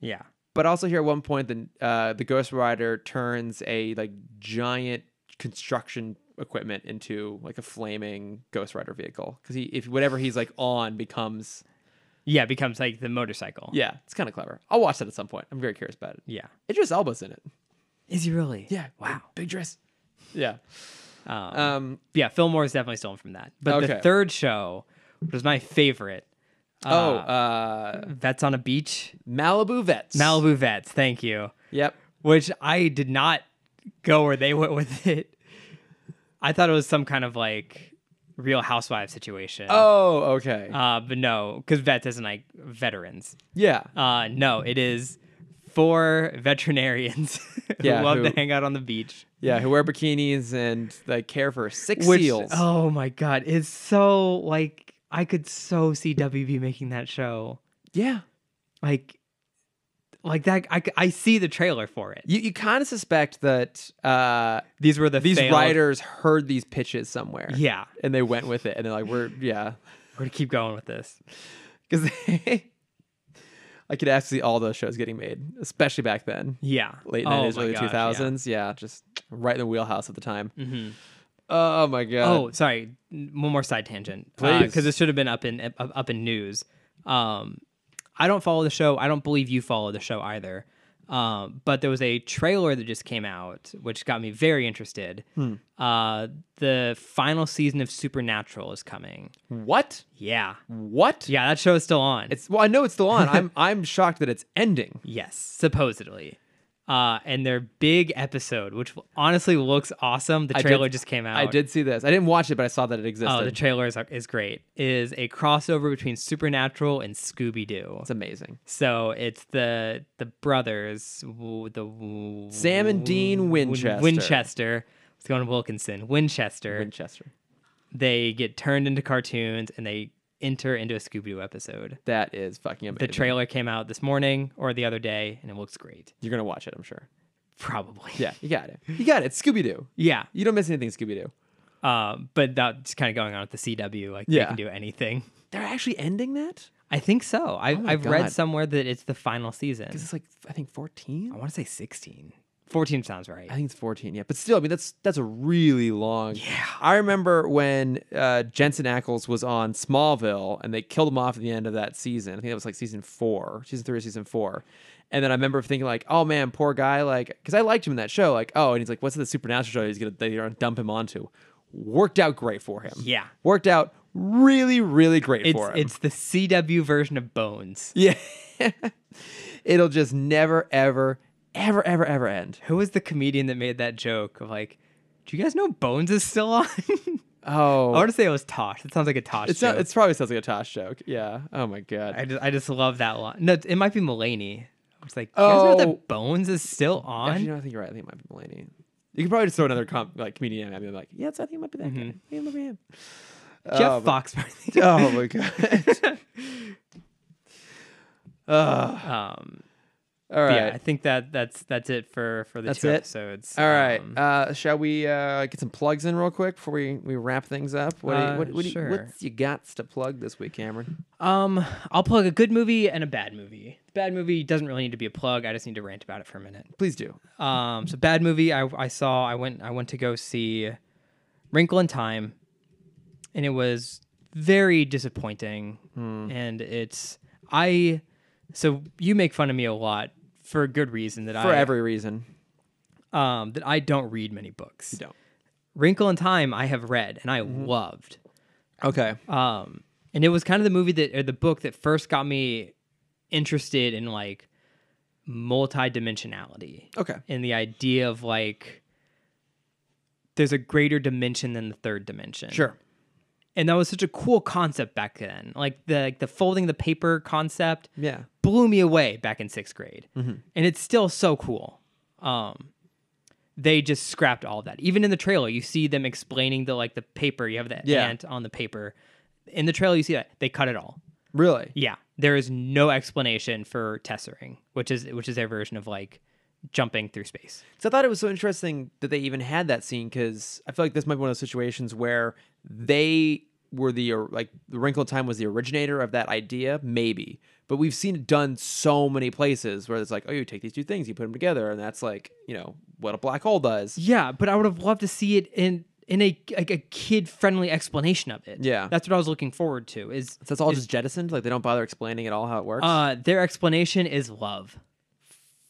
B: Yeah.
A: But also here at one point, the uh, the Ghost Rider turns a like giant construction equipment into like a flaming Ghost Rider vehicle because he if whatever he's like on becomes
B: Yeah, becomes like the motorcycle.
A: yeah, it's kind of clever. I'll watch that at some point. I'm very curious about it.
B: Yeah.
A: Idris Elba's in it.
B: Is he really?
A: Yeah.
B: Wow.
A: Big dress. Yeah.
B: Um,
A: Um.
B: yeah, Fillmore is definitely stolen from that. But the
A: Okay.
B: third show was my favorite.
A: oh. Uh.
B: Vets on a Beach,
A: Malibu vets.
B: Malibu Vets. Thank you.
A: Yep.
B: Which I did not go where they went with it. I thought it was some kind of like Real Housewives situation.
A: Oh. Okay.
B: Uh, but no, because vets isn't like veterans.
A: yeah.
B: Uh, no, it is for veterinarians who
A: Yeah,
B: love to
A: who-
B: hang out on the beach.
A: Yeah. Who wear bikinis and like care for six
B: Which,
A: seals.
B: oh my god, it's so like I could so see WB making that show.
A: Yeah.
B: Like, like that. I, c- I see the trailer for it.
A: You you kind of suspect that uh
B: These were the
A: these
B: failed-
A: writers heard these pitches somewhere.
B: Yeah,
A: And they went with it, and they're like, "We're yeah,"
B: we're gonna keep going with this.
A: because I could actually see all those shows getting made, especially back then.
B: Yeah,
A: late
B: Oh
A: nineties,
B: my
A: early
B: gosh, yeah.
A: two thousands. Yeah. just right in the wheelhouse at the time.
B: Mhm.
A: Oh my god.
B: oh, sorry. N- One more side tangent, uh,
A: Please.
B: because it should have been up in up, up in news. Um, I don't follow the show. I don't believe you follow the show either. Um, but there was a trailer that just came out, which got me very interested.
A: Hmm.
B: Uh, the final season of Supernatural is coming.
A: what?
B: Yeah,
A: What?
B: yeah, that show is still on.
A: It's well, I know it's still on. I'm I'm shocked that it's ending.
B: yes, supposedly. Uh, and their big episode, which honestly looks awesome. The
A: I did-
B: trailer just came out.
A: I did see this. I didn't watch it, but I saw that it existed.
B: Oh, the trailer is, is great. Is a crossover between Supernatural and Scooby Doo.
A: it's amazing.
B: So it's the the brothers, w- the w-
A: Sam and Dean
B: Win-
A: Winchester.
B: Winchester. It's going to Wilkinson. Winchester.
A: Winchester.
B: they get turned into cartoons and they enter into a Scooby Doo episode.
A: That is fucking amazing.
B: The trailer came out this morning or the other day, and it looks great.
A: You're gonna watch it, I'm sure.
B: Probably.
A: Yeah, you got it. You got it. Scooby Doo.
B: Yeah.
A: You don't miss anything, Scooby Doo.
B: Um, but that's kind of going on with the CW. Like
A: Yeah.
B: they can do anything.
A: They're actually ending that
B: I think so. I,
A: Oh my
B: I've
A: God.
B: read somewhere that it's the final season.
A: because it's like I think
B: I
A: 14.
B: want to say 16. 14 sounds right.
A: I think it's 14. Yeah, but still, I mean that's that's a really long. Yeah. I remember when uh, Jensen Ackles was on Smallville and they killed him off at the end of that season. I think that was like season four, season three, or season four. And then I remember thinking like, oh man, poor guy. Like, because I liked him in that show. Like, oh, and he's like, what's the supernatural show he's gonna they're gonna dump him onto? Worked out great for him.
B: Yeah.
A: Worked out really, really great
B: It's
A: for him.
B: it's the CW version of Bones.
A: Yeah. It'll just never, ever, ever, ever, ever end.
B: Who was the comedian that made that joke of like, do you guys know Bones is still on? I
A: Oh,
B: want to say it was Tosh. It sounds like a Tosh
A: it's
B: joke.
A: not, it's probably sounds like a Tosh joke. Yeah. Oh my god.
B: I just I just love that line. No, it might be Mulaney. It's like, do you guys know
A: Oh.
B: that Bones is still on?
A: Actually, no, I think you're right. I think it might be Mulaney. You could probably just throw another com- like comedian at me and be like, yeah, it's, I think it might be that guy. I
B: Mm-hmm.
A: think it might be him.
B: Jeff Foxworthy.
A: Oh my god. Ugh.
B: Um,
A: Oh, all
B: but
A: right.
B: Yeah, I think that that's that's it for for the
A: That's
B: two
A: it?
B: episodes.
A: all right.
B: Um,
A: Uh, shall we uh, get some plugs in real quick before we, we wrap things up? What, do you-
B: Uh,
A: what, what do you,
B: sure.
A: what's you got to plug this week, Cameron?
B: Um, I'll plug a good movie and a bad movie. Bad movie doesn't really need to be a plug. I just need to rant about it for a minute.
A: Please do.
B: Um, so bad movie. I, I saw. I went. I went to go see Wrinkle in Time, and it was very disappointing. And it's I. So you make fun of me a lot for a good reason that
A: For
B: I
A: every reason.
B: um that I don't read many books.
A: You don't.
B: Wrinkle in Time I have read and I loved.
A: Okay.
B: Um, and it was kind of the movie that or the book that first got me interested in like multidimensionality
A: Okay.
B: and the idea of like there's a greater dimension than the third dimension.
A: Sure.
B: And that was such a cool concept back then. Like the like the folding the paper concept
A: Yeah.
B: blew me away back in sixth grade.
A: Mm-hmm.
B: And it's still so cool. Um they just scrapped all that. Even in the trailer, you see them explaining the like the paper. You have the
A: Yeah.
B: ant on the paper. In the trailer, you see that they cut it all.
A: Really?
B: Yeah. there is no explanation for tessering, which is which is their version of like jumping through space.
A: So I thought it was so interesting that they even had that scene because I feel like this might be one of those situations where they were the or- like the Wrinkle in Time was the originator of that idea, maybe. But we've seen it done so many places where it's like, oh, you take these two things, you put them together, and that's like, you know, what a black hole does.
B: Yeah, but I would have loved to see it in in a like a kid friendly explanation of it.
A: Yeah.
B: that's what I was looking forward to. Is
A: So it's all just jettisoned. Like they don't bother explaining at all how it works.
B: uh their explanation is love.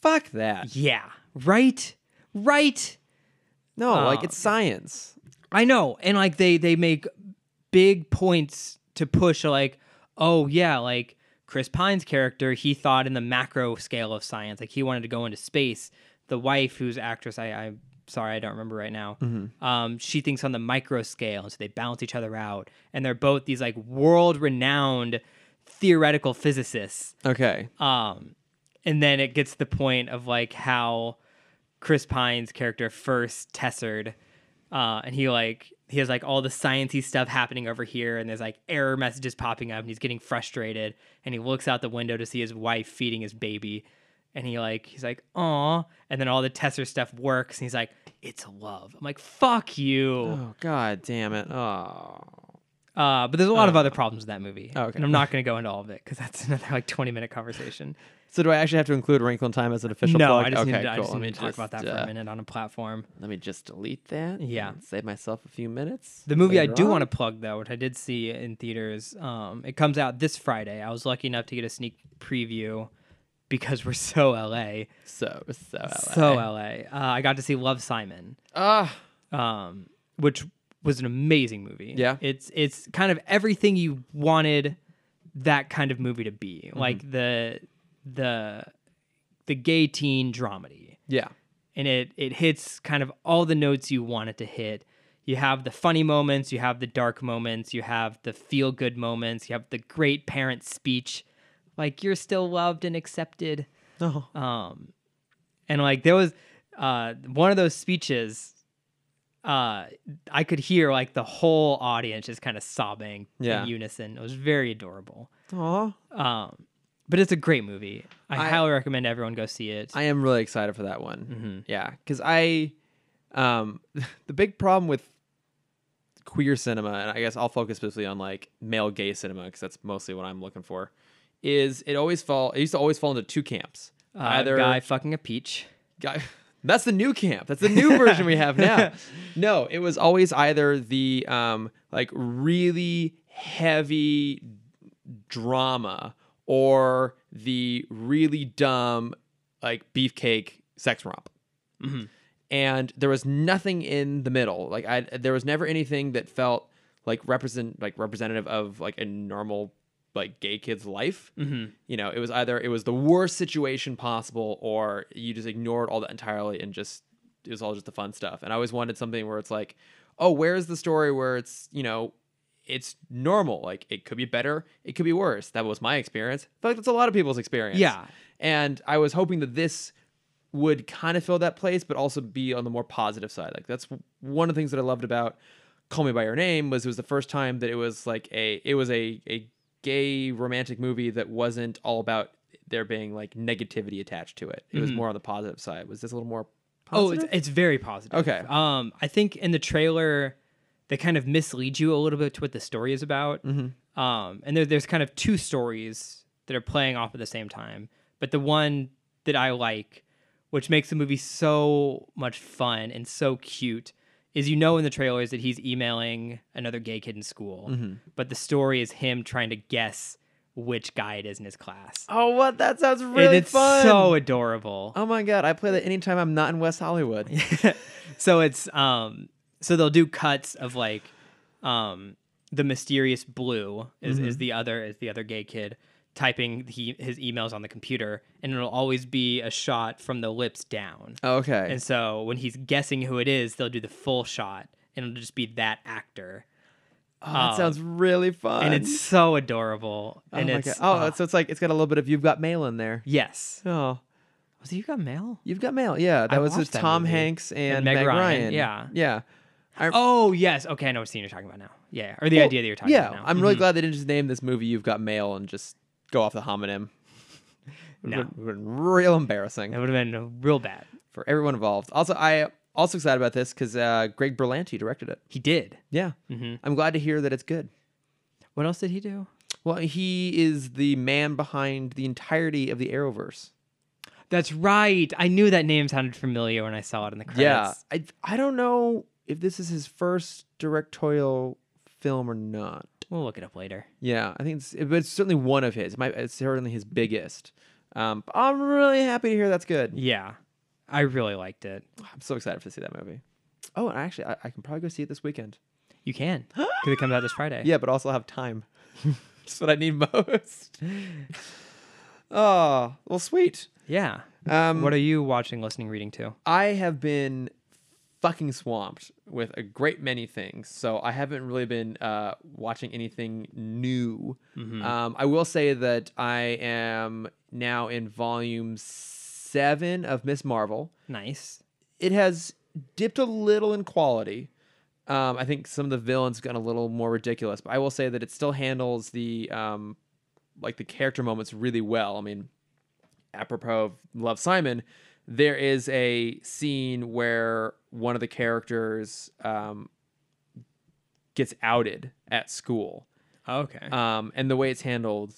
A: Fuck that.
B: Yeah, right, right.
A: No, like
B: uh,
A: it's science.
B: I know, and like they they make big points to push like, oh yeah, like Chris Pine's character, he thought in the macro scale of science, like he wanted to go into space. The wife, who's actress, I, I'm sorry, I don't remember right now. Um, she thinks on the micro scale, and so they balance each other out, and they're both these like world renowned theoretical physicists.
A: Okay.
B: Um, and then it gets to the point of like how Chris Pine's character first tessered, uh, and he like he has like all the sciencey stuff happening over here, and there's like error messages popping up, and he's getting frustrated, and he looks out the window to see his wife feeding his baby, and he like he's like aw, and then all the tesser stuff works, and he's like it's love. I'm like fuck you.
A: Oh god damn it. Oh.
B: Uh, but there's a lot of other problems in that movie,
A: Oh, okay.
B: and I'm not gonna go into all of it because that's another like 20 minute conversation.
A: So do I actually have to include Wrinkle in Time as an official
B: no,
A: plug?
B: I just
A: okay,
B: need to, I
A: cool.
B: just
A: Let
B: need
A: me
B: to talk about that
A: just,
B: for
A: uh,
B: a minute on a platform.
A: Let me just delete that.
B: Yeah.
A: and Save myself a few minutes.
B: The movie I
A: later
B: do
A: on.
B: want to plug though, which I did see in theaters, um, it comes out this Friday. I was lucky enough to get a sneak preview because we're so LA,
A: So, so. LA.
B: so LA. Uh, I got to see Love Simon,
A: Ah,
B: um, which was an amazing movie.
A: Yeah.
B: it's it's kind of everything you wanted that kind of movie to be,
A: Mm-hmm.
B: like the the the gay teen dramedy.
A: yeah.
B: and it it hits kind of all the notes you want it to hit. You have the funny moments, you have the dark moments, you have the feel good moments, you have the great parent speech, like you're still loved and accepted.
A: No.
B: Um, and like there was uh, one of those speeches, uh, I could hear like the whole audience just kind of sobbing
A: Yeah.
B: in unison. It was very adorable.
A: Aw.
B: Um, but it's a great movie. I,
A: I-
B: highly recommend everyone go see it.
A: I am really excited for that one.
B: Mm-hmm.
A: Yeah, because I, um, the big problem with queer cinema, and I guess I'll focus specifically on like male gay cinema because that's mostly what I'm looking for, is it always fall. It used to always fall into two camps.
B: Uh, guy fucking a peach.
A: guy that's the new camp that's the new version we have now no it was always either the um like really heavy drama or the really dumb like beefcake sex romp and there was nothing in the middle like i there was never anything that felt like represent like representative of like a normal like gay kid's life mm-hmm. you know it was either it was the worst situation possible or you just ignored all that entirely and just it was all just the fun stuff and i always wanted something where it's like oh where's the story where it's you know it's normal like it could be better it could be worse that was my experience i feel like that's a lot of people's experience
B: Yeah.
A: and i was hoping that this would kind of fill that place, but also be on the more positive side. Like that's one of the things that I loved about Call Me by Your Name was it was the first time that it was like a it was a a gay romantic movie that wasn't all about there being like negativity attached to it. It was more on the positive side. Was this a little more
B: Oh,
A: positive?
B: it's, it's very positive.
A: Okay.
B: Um, I think in the trailer, they kind of mislead you a little bit to what the story is about. Mm-hmm. Um, and there, there's kind of two stories that are playing off at the same time. But the one that I like, which makes the movie so much fun and so cute, is you know in the trailers that he's emailing another gay kid in school,
A: Mm-hmm.
B: but the story is him trying to guess which guy it is in his class.
A: oh what that sounds
B: and
A: really
B: it's
A: fun.
B: so adorable.
A: oh my god, I play that anytime I'm not in West Hollywood.
B: so it's um so they'll do cuts of like um the mysterious blue is,
A: Mm-hmm.
B: is the other is the other gay kid typing he, his emails on the computer and it'll always be a shot from the lips down
A: okay.
B: and so when he's guessing who it is they'll do the full shot and it'll just be that actor
A: oh, that sounds really fun.
B: and it's so adorable
A: oh
B: and
A: my god.
B: it's
A: Oh,
B: uh,
A: so it's like it's got a little bit of you've got mail in there.
B: yes
A: Oh.
B: was it you got mail
A: You've got mail. Yeah, that
B: I
A: was with
B: watched that
A: Tom
B: movie.
A: Hanks and,
B: Meg
A: Meg, Ryan.
B: Ryan, yeah.
A: yeah. I,
B: oh yes okay i know what scene you're talking about now yeah or the
A: well,
B: idea that you're talking
A: yeah,
B: about Mm-hmm. now
A: I'm really glad they didn't just name this movie "You've Got Mail" and just go off the homonym.
B: No.
A: It would have been real embarrassing
B: That would have been real bad.
A: for everyone involved. Also, I also excited about this because uh, Greg Berlanti directed it.
B: He did.
A: Yeah,
B: Mm-hmm.
A: I'm glad to hear that it's good.
B: What else did he do?
A: Well, he is the man behind the entirety of the Arrowverse.
B: That's right. I knew that name sounded familiar when I saw it in the credits.
A: Yeah, I I don't know if this is his first directorial film or not.
B: We'll look it up later.
A: Yeah, I think it's but it's certainly one of his. It might, it's certainly his biggest. Um, but I'm really happy to hear that's good.
B: Yeah. I really liked it.
A: I'm so excited to see that movie. Oh, and actually, I, I can probably go see it this weekend.
B: You can. Because it comes out this Friday.
A: Yeah, but also have time. That's what I need most. Oh, well, sweet.
B: Yeah.
A: Um,
B: what are you watching, listening, reading to?
A: I have been fucking swamped with a great many things, so I haven't really been uh, watching anything new. Um, I will say that I am now in volume seven of Miss Marvel.
B: Nice.
A: It has dipped a little in quality. Um, I think some of the villains gotten a little more ridiculous, but I will say that it still handles the um, like the character moments really well. I mean, apropos of Love Simon, there is a scene where one of the characters um, gets outed at school,
B: Okay.
A: um, and the way it's handled.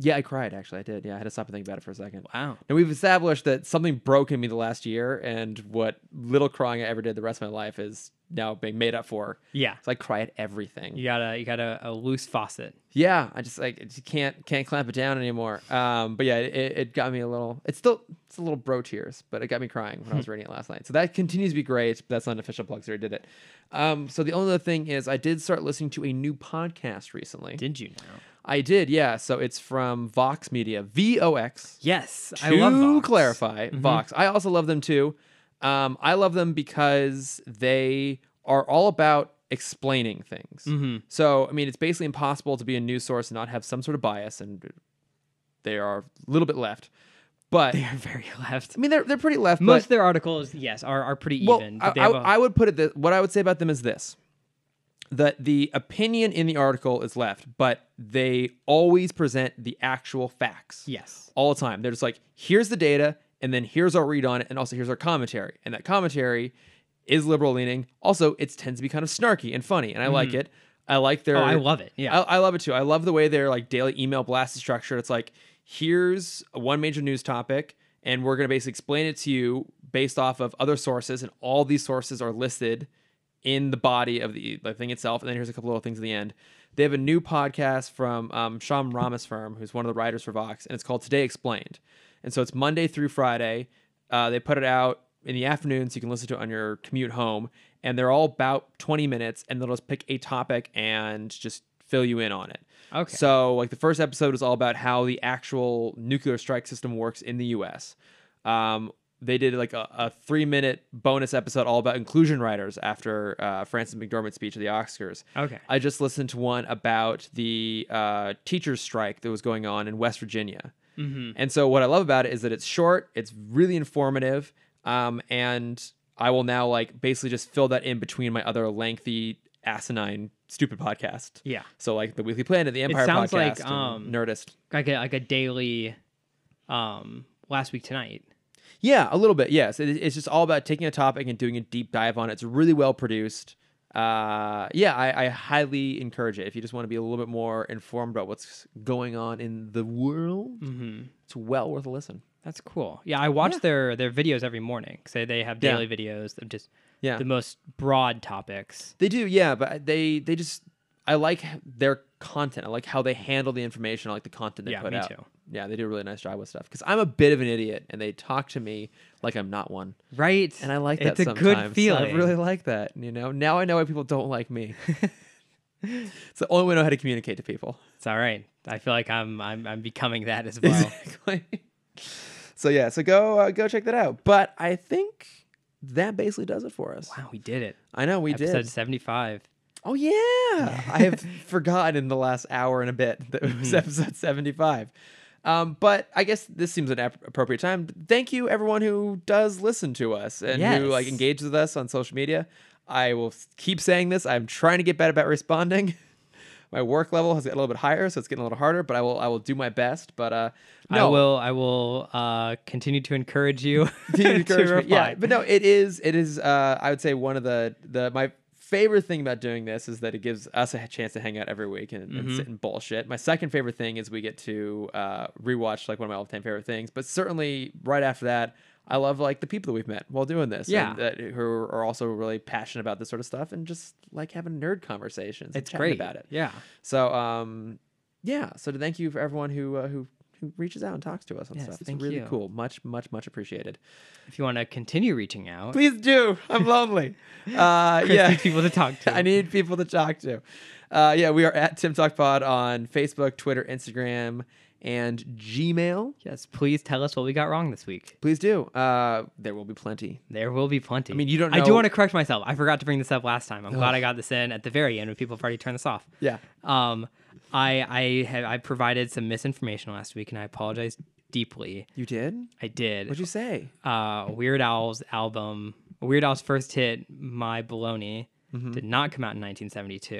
A: Yeah, I cried actually. I did. Yeah, I had to stop and think about it for a second.
B: wow.
A: Now we've established that something broke in me the last year, and what little crying I ever did the rest of my life is now being made up for.
B: Yeah.
A: So I cry at everything.
B: You got a you got a, a loose faucet.
A: Yeah, I just like I just can't can't clamp it down anymore. Um, but yeah, it, it got me a little. It's still it's a little bro tears, but it got me crying when I was reading it last night. So that continues to be great. But that's not an official plug, so I did it. Um, so the only other thing is I did start listening to a new podcast recently.
B: Did you now?
A: I did, yeah. So it's from Vox Media, V O X
B: Yes.
A: to
B: I love Vox. Mm-hmm.
A: clarify, Vox. I also love them too. Um, I love them because they are all about explaining things.
B: Mm-hmm.
A: So, I mean, it's basically impossible to be a news source and not have some sort of bias, and they are a little bit left. But I
B: They're very left.
A: mean, they're they're pretty left.
B: Most
A: but,
B: of their articles, yes, are, are pretty
A: well,
B: even.
A: I
B: but they have
A: I-
B: a-
A: I would put it this, what I would say about them is this that the opinion in the article is left, but they always present the actual facts
B: yes.
A: all the time. They're just like, here's the data, and then here's our read on it, and also here's our commentary. And that commentary is liberal leaning. Also, it tends to be kind of snarky and funny, and I like it. I like their.
B: Mm. Oh, I love it. Yeah.
A: I, I love it too. I love the way their like daily email blast is structured. It's like, here's one major news topic, and we're gonna basically explain it to you based off of other sources, and all these sources are listed in the body of the, the thing itself. And then here's a couple little things at the end. They have a new podcast from um, Sham Rama's firm, who's one of the writers for Vox, and it's called Today Explained. And so it's Monday through Friday. Uh, they put it out in the afternoon so you can listen to it on your commute home. And they're all about 20 minutes, and they'll just pick a topic and just fill you in on it.
B: Okay.
A: So, like, the first episode is all about how the actual nuclear strike system works in the US. Um, they did like a, a three minute bonus episode all about inclusion writers after uh, Frances McDormand's speech at the Oscars.
B: Okay.
A: I just listened to one about the uh, teachers' strike that was going on in West Virginia. Mm-hmm. And so, what I love about it is that it's short, it's really informative, um, and I will now like basically just fill that in between my other lengthy, asinine, stupid podcast.
B: Yeah.
A: So, like the Weekly Planet, the Empire
B: sounds like,
A: podcast, and
B: um,
A: Nerdist.
B: Like a like a daily um last week tonight.
A: Yeah, a little bit. Yes, it, it's just all about taking a topic and doing a deep dive on it. It's really well produced. Uh, yeah, I, I highly encourage it if you just want to be a little bit more informed about what's going on in the world.
B: Mm-hmm.
A: It's well worth a listen.
B: That's cool. Yeah, I watch their their videos every morning. So they have
A: Yeah.
B: daily videos of just
A: Yeah.
B: the most broad topics.
A: They do, yeah, but they they just I like their content. I like how they handle the information. I like the content they
B: Yeah,
A: put
B: me
A: out.
B: too.
A: Yeah, they do a really nice job with stuff because I'm a bit of an idiot, and they talk to me like I'm not one,
B: Right.
A: and I like that.
B: It's a good
A: sometimes.
B: feeling.
A: I really like that. You know, now I know why people don't like me. it's the only way I know how to communicate to people.
B: It's all right. I feel like I'm I'm I'm becoming that as well.
A: Exactly. So yeah, so go uh, go check that out. But I think that basically does it for us.
B: wow, we did it.
A: I know we
B: Episode
A: did.
B: 75.
A: Oh yeah, I have forgotten in the last hour and a bit that it was episode seventy-five. Um, but I guess this seems an ap- appropriate time. Thank you, everyone who does listen to us and who like
B: Yes.
A: engages with us on social media. I will s- keep saying this. I'm trying to get better about responding, my work level has got a little bit higher, so it's getting a little harder. But I will I will do my best. But uh, no,
B: I will. I will uh, continue to encourage you.
A: Continue to encourage me.
B: reply.
A: Yeah, but no, it is it is. Uh, I would say one of the the my favorite thing about doing this is that it gives us a chance to hang out every week and,
B: Mm-hmm.
A: and sit and bullshit. My second favorite thing is we get to uh, rewatch like one of my all time favorite things. But certainly right after that. I love like the people that we've met while doing this,
B: Yeah.
A: and that, who are also really passionate about this sort of stuff, and just like having nerd conversations. and
B: it's
A: chatting
B: great
A: about it.
B: Yeah.
A: So um, yeah. So to thank you for everyone who uh, who who reaches out and talks to us and
B: Yes,
A: stuff. It's
B: thank
A: really
B: you.
A: cool. Much much much appreciated.
B: If you want to continue reaching out,
A: Please do. I'm lonely. uh,
B: Chris
A: yeah.
B: needs people to talk to.
A: I need people to talk to. Uh, yeah, we are at Tim Talk Pod on Facebook, Twitter, Instagram, and Gmail.
B: yes. Please tell us what we got wrong this week.
A: Please do. Uh, there will be plenty.
B: There will be plenty. I
A: mean, you don't
B: I do
A: know-
B: want to correct myself. I forgot to bring this up last time. I'm glad I got this in at the very end when people have already turned this off.
A: Yeah.
B: Um, I I have I provided some misinformation last week, and I apologize deeply.
A: You did?
B: I did.
A: What'd you say?
B: uh, Weird Owl's album, Weird Owl's first hit, My Baloney,
A: Mm-hmm.
B: did not come out in 1972.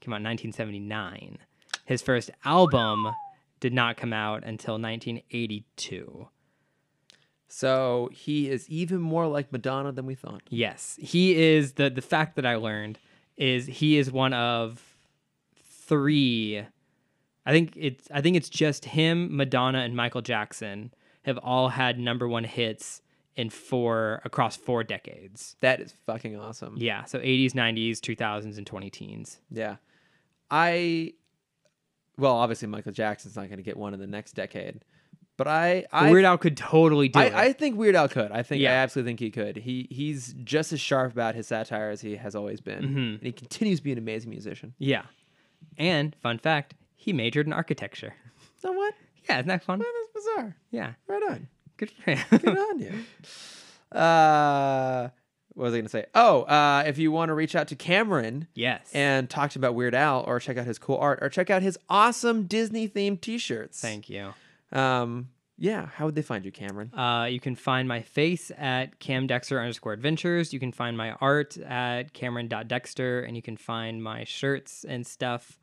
B: Came out in 1979. His first album did not come out until 1982.
A: So he is even more like Madonna than we thought.
B: Yes, he is the the fact that I learned is he is one of three. I think it's I think it's just him, Madonna, and Michael Jackson have all had number one hits in four across four decades.
A: That is fucking awesome.
B: Yeah, so 80s, 90s, 2000s, and 20 teens.
A: Yeah. I well, obviously Michael Jackson's not going to get one in the next decade. But I I
B: Weird Al could totally do it.
A: I, I think Weird Al could. I think I
B: Yeah.
A: absolutely think he could. He he's just as sharp about his satire as he has always been,
B: Mm-hmm.
A: and he continues to be an amazing musician.
B: yeah. And fun fact, he majored in architecture.
A: So what?
B: Yeah, isn't that fun?
A: That's bizarre.
B: Yeah,
A: Right on.
B: good for him.
A: Good on you. Uh, what was I going to say? Oh, uh, if you want to reach out to Cameron
B: yes.
A: and talk to him about Weird Al, or check out his cool art, or check out his awesome Disney themed T-shirts.
B: Thank you.
A: Um, yeah. How would they find you, Cameron?
B: Uh, you can find my face at Cam Dexter underscore adventures. You can find my art at Cameron.dexter. And you can find my shirts and stuff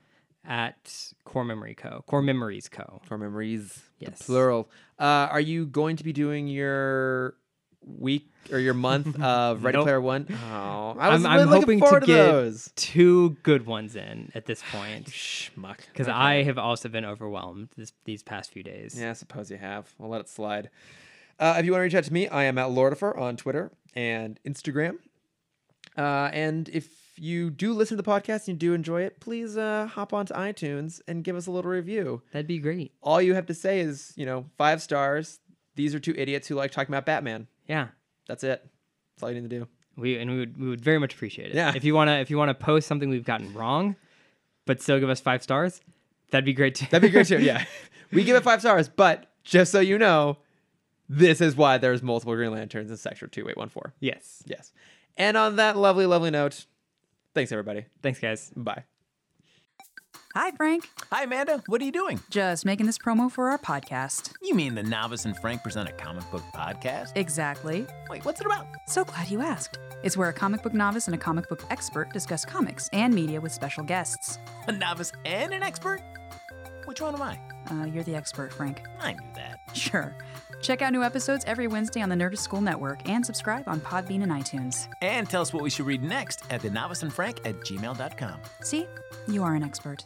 B: at Core Memory Co. Core Memories Co.
A: For memories,
B: Yes.
A: the plural. Uh, are you going to be doing your week or your month of Ready
B: Nope.
A: Player One? Oh, I was
B: I'm-
A: I'm,
B: I'm
A: looking
B: hoping to
A: forward to,
B: get-
A: those.
B: Two good ones in at this point.
A: Schmuck.
B: Because
A: Okay.
B: I have also been overwhelmed this, these past few days.
A: Yeah, I suppose you have. We'll let it slide. Uh, if you want to reach out to me, I am at Lordifer on Twitter and Instagram. Uh, and if you do listen to the podcast and you do enjoy it, please uh, hop onto iTunes and give us a little review.
B: That'd be great.
A: All you have to say is, you know, five stars. These are two idiots who like talking about Batman.
B: Yeah.
A: That's it. That's all you need to do.
B: We and we would we would very much appreciate it.
A: Yeah.
B: If you wanna if you wanna post something we've gotten wrong, but still give us five stars, that'd be great too.
A: That'd be great too. Yeah. we give it five stars, but just so you know, this is why there's multiple Green Lanterns in Sector 2814.
B: yes.
A: Yes. And on that lovely, lovely note, thanks everybody.
B: Thanks guys.
A: Bye.
C: Hi, Frank.
D: Hi, Amanda. What are you doing?
C: Just making this promo for our podcast.
D: You mean the Novice and Frank present a comic book podcast?
C: Exactly.
D: Wait, what's it about?
C: So glad you asked. It's where a comic book novice and a comic book expert discuss comics and media with special guests.
D: A novice and an expert? Which one am I?
C: Uh, you're the expert, Frank.
D: I knew that.
C: Sure. Check out new episodes every Wednesday on the Nerdist School Network and subscribe on Podbean and iTunes.
D: And tell us what we should read next at the novice and frank at gmail.com.
C: See, you are an expert.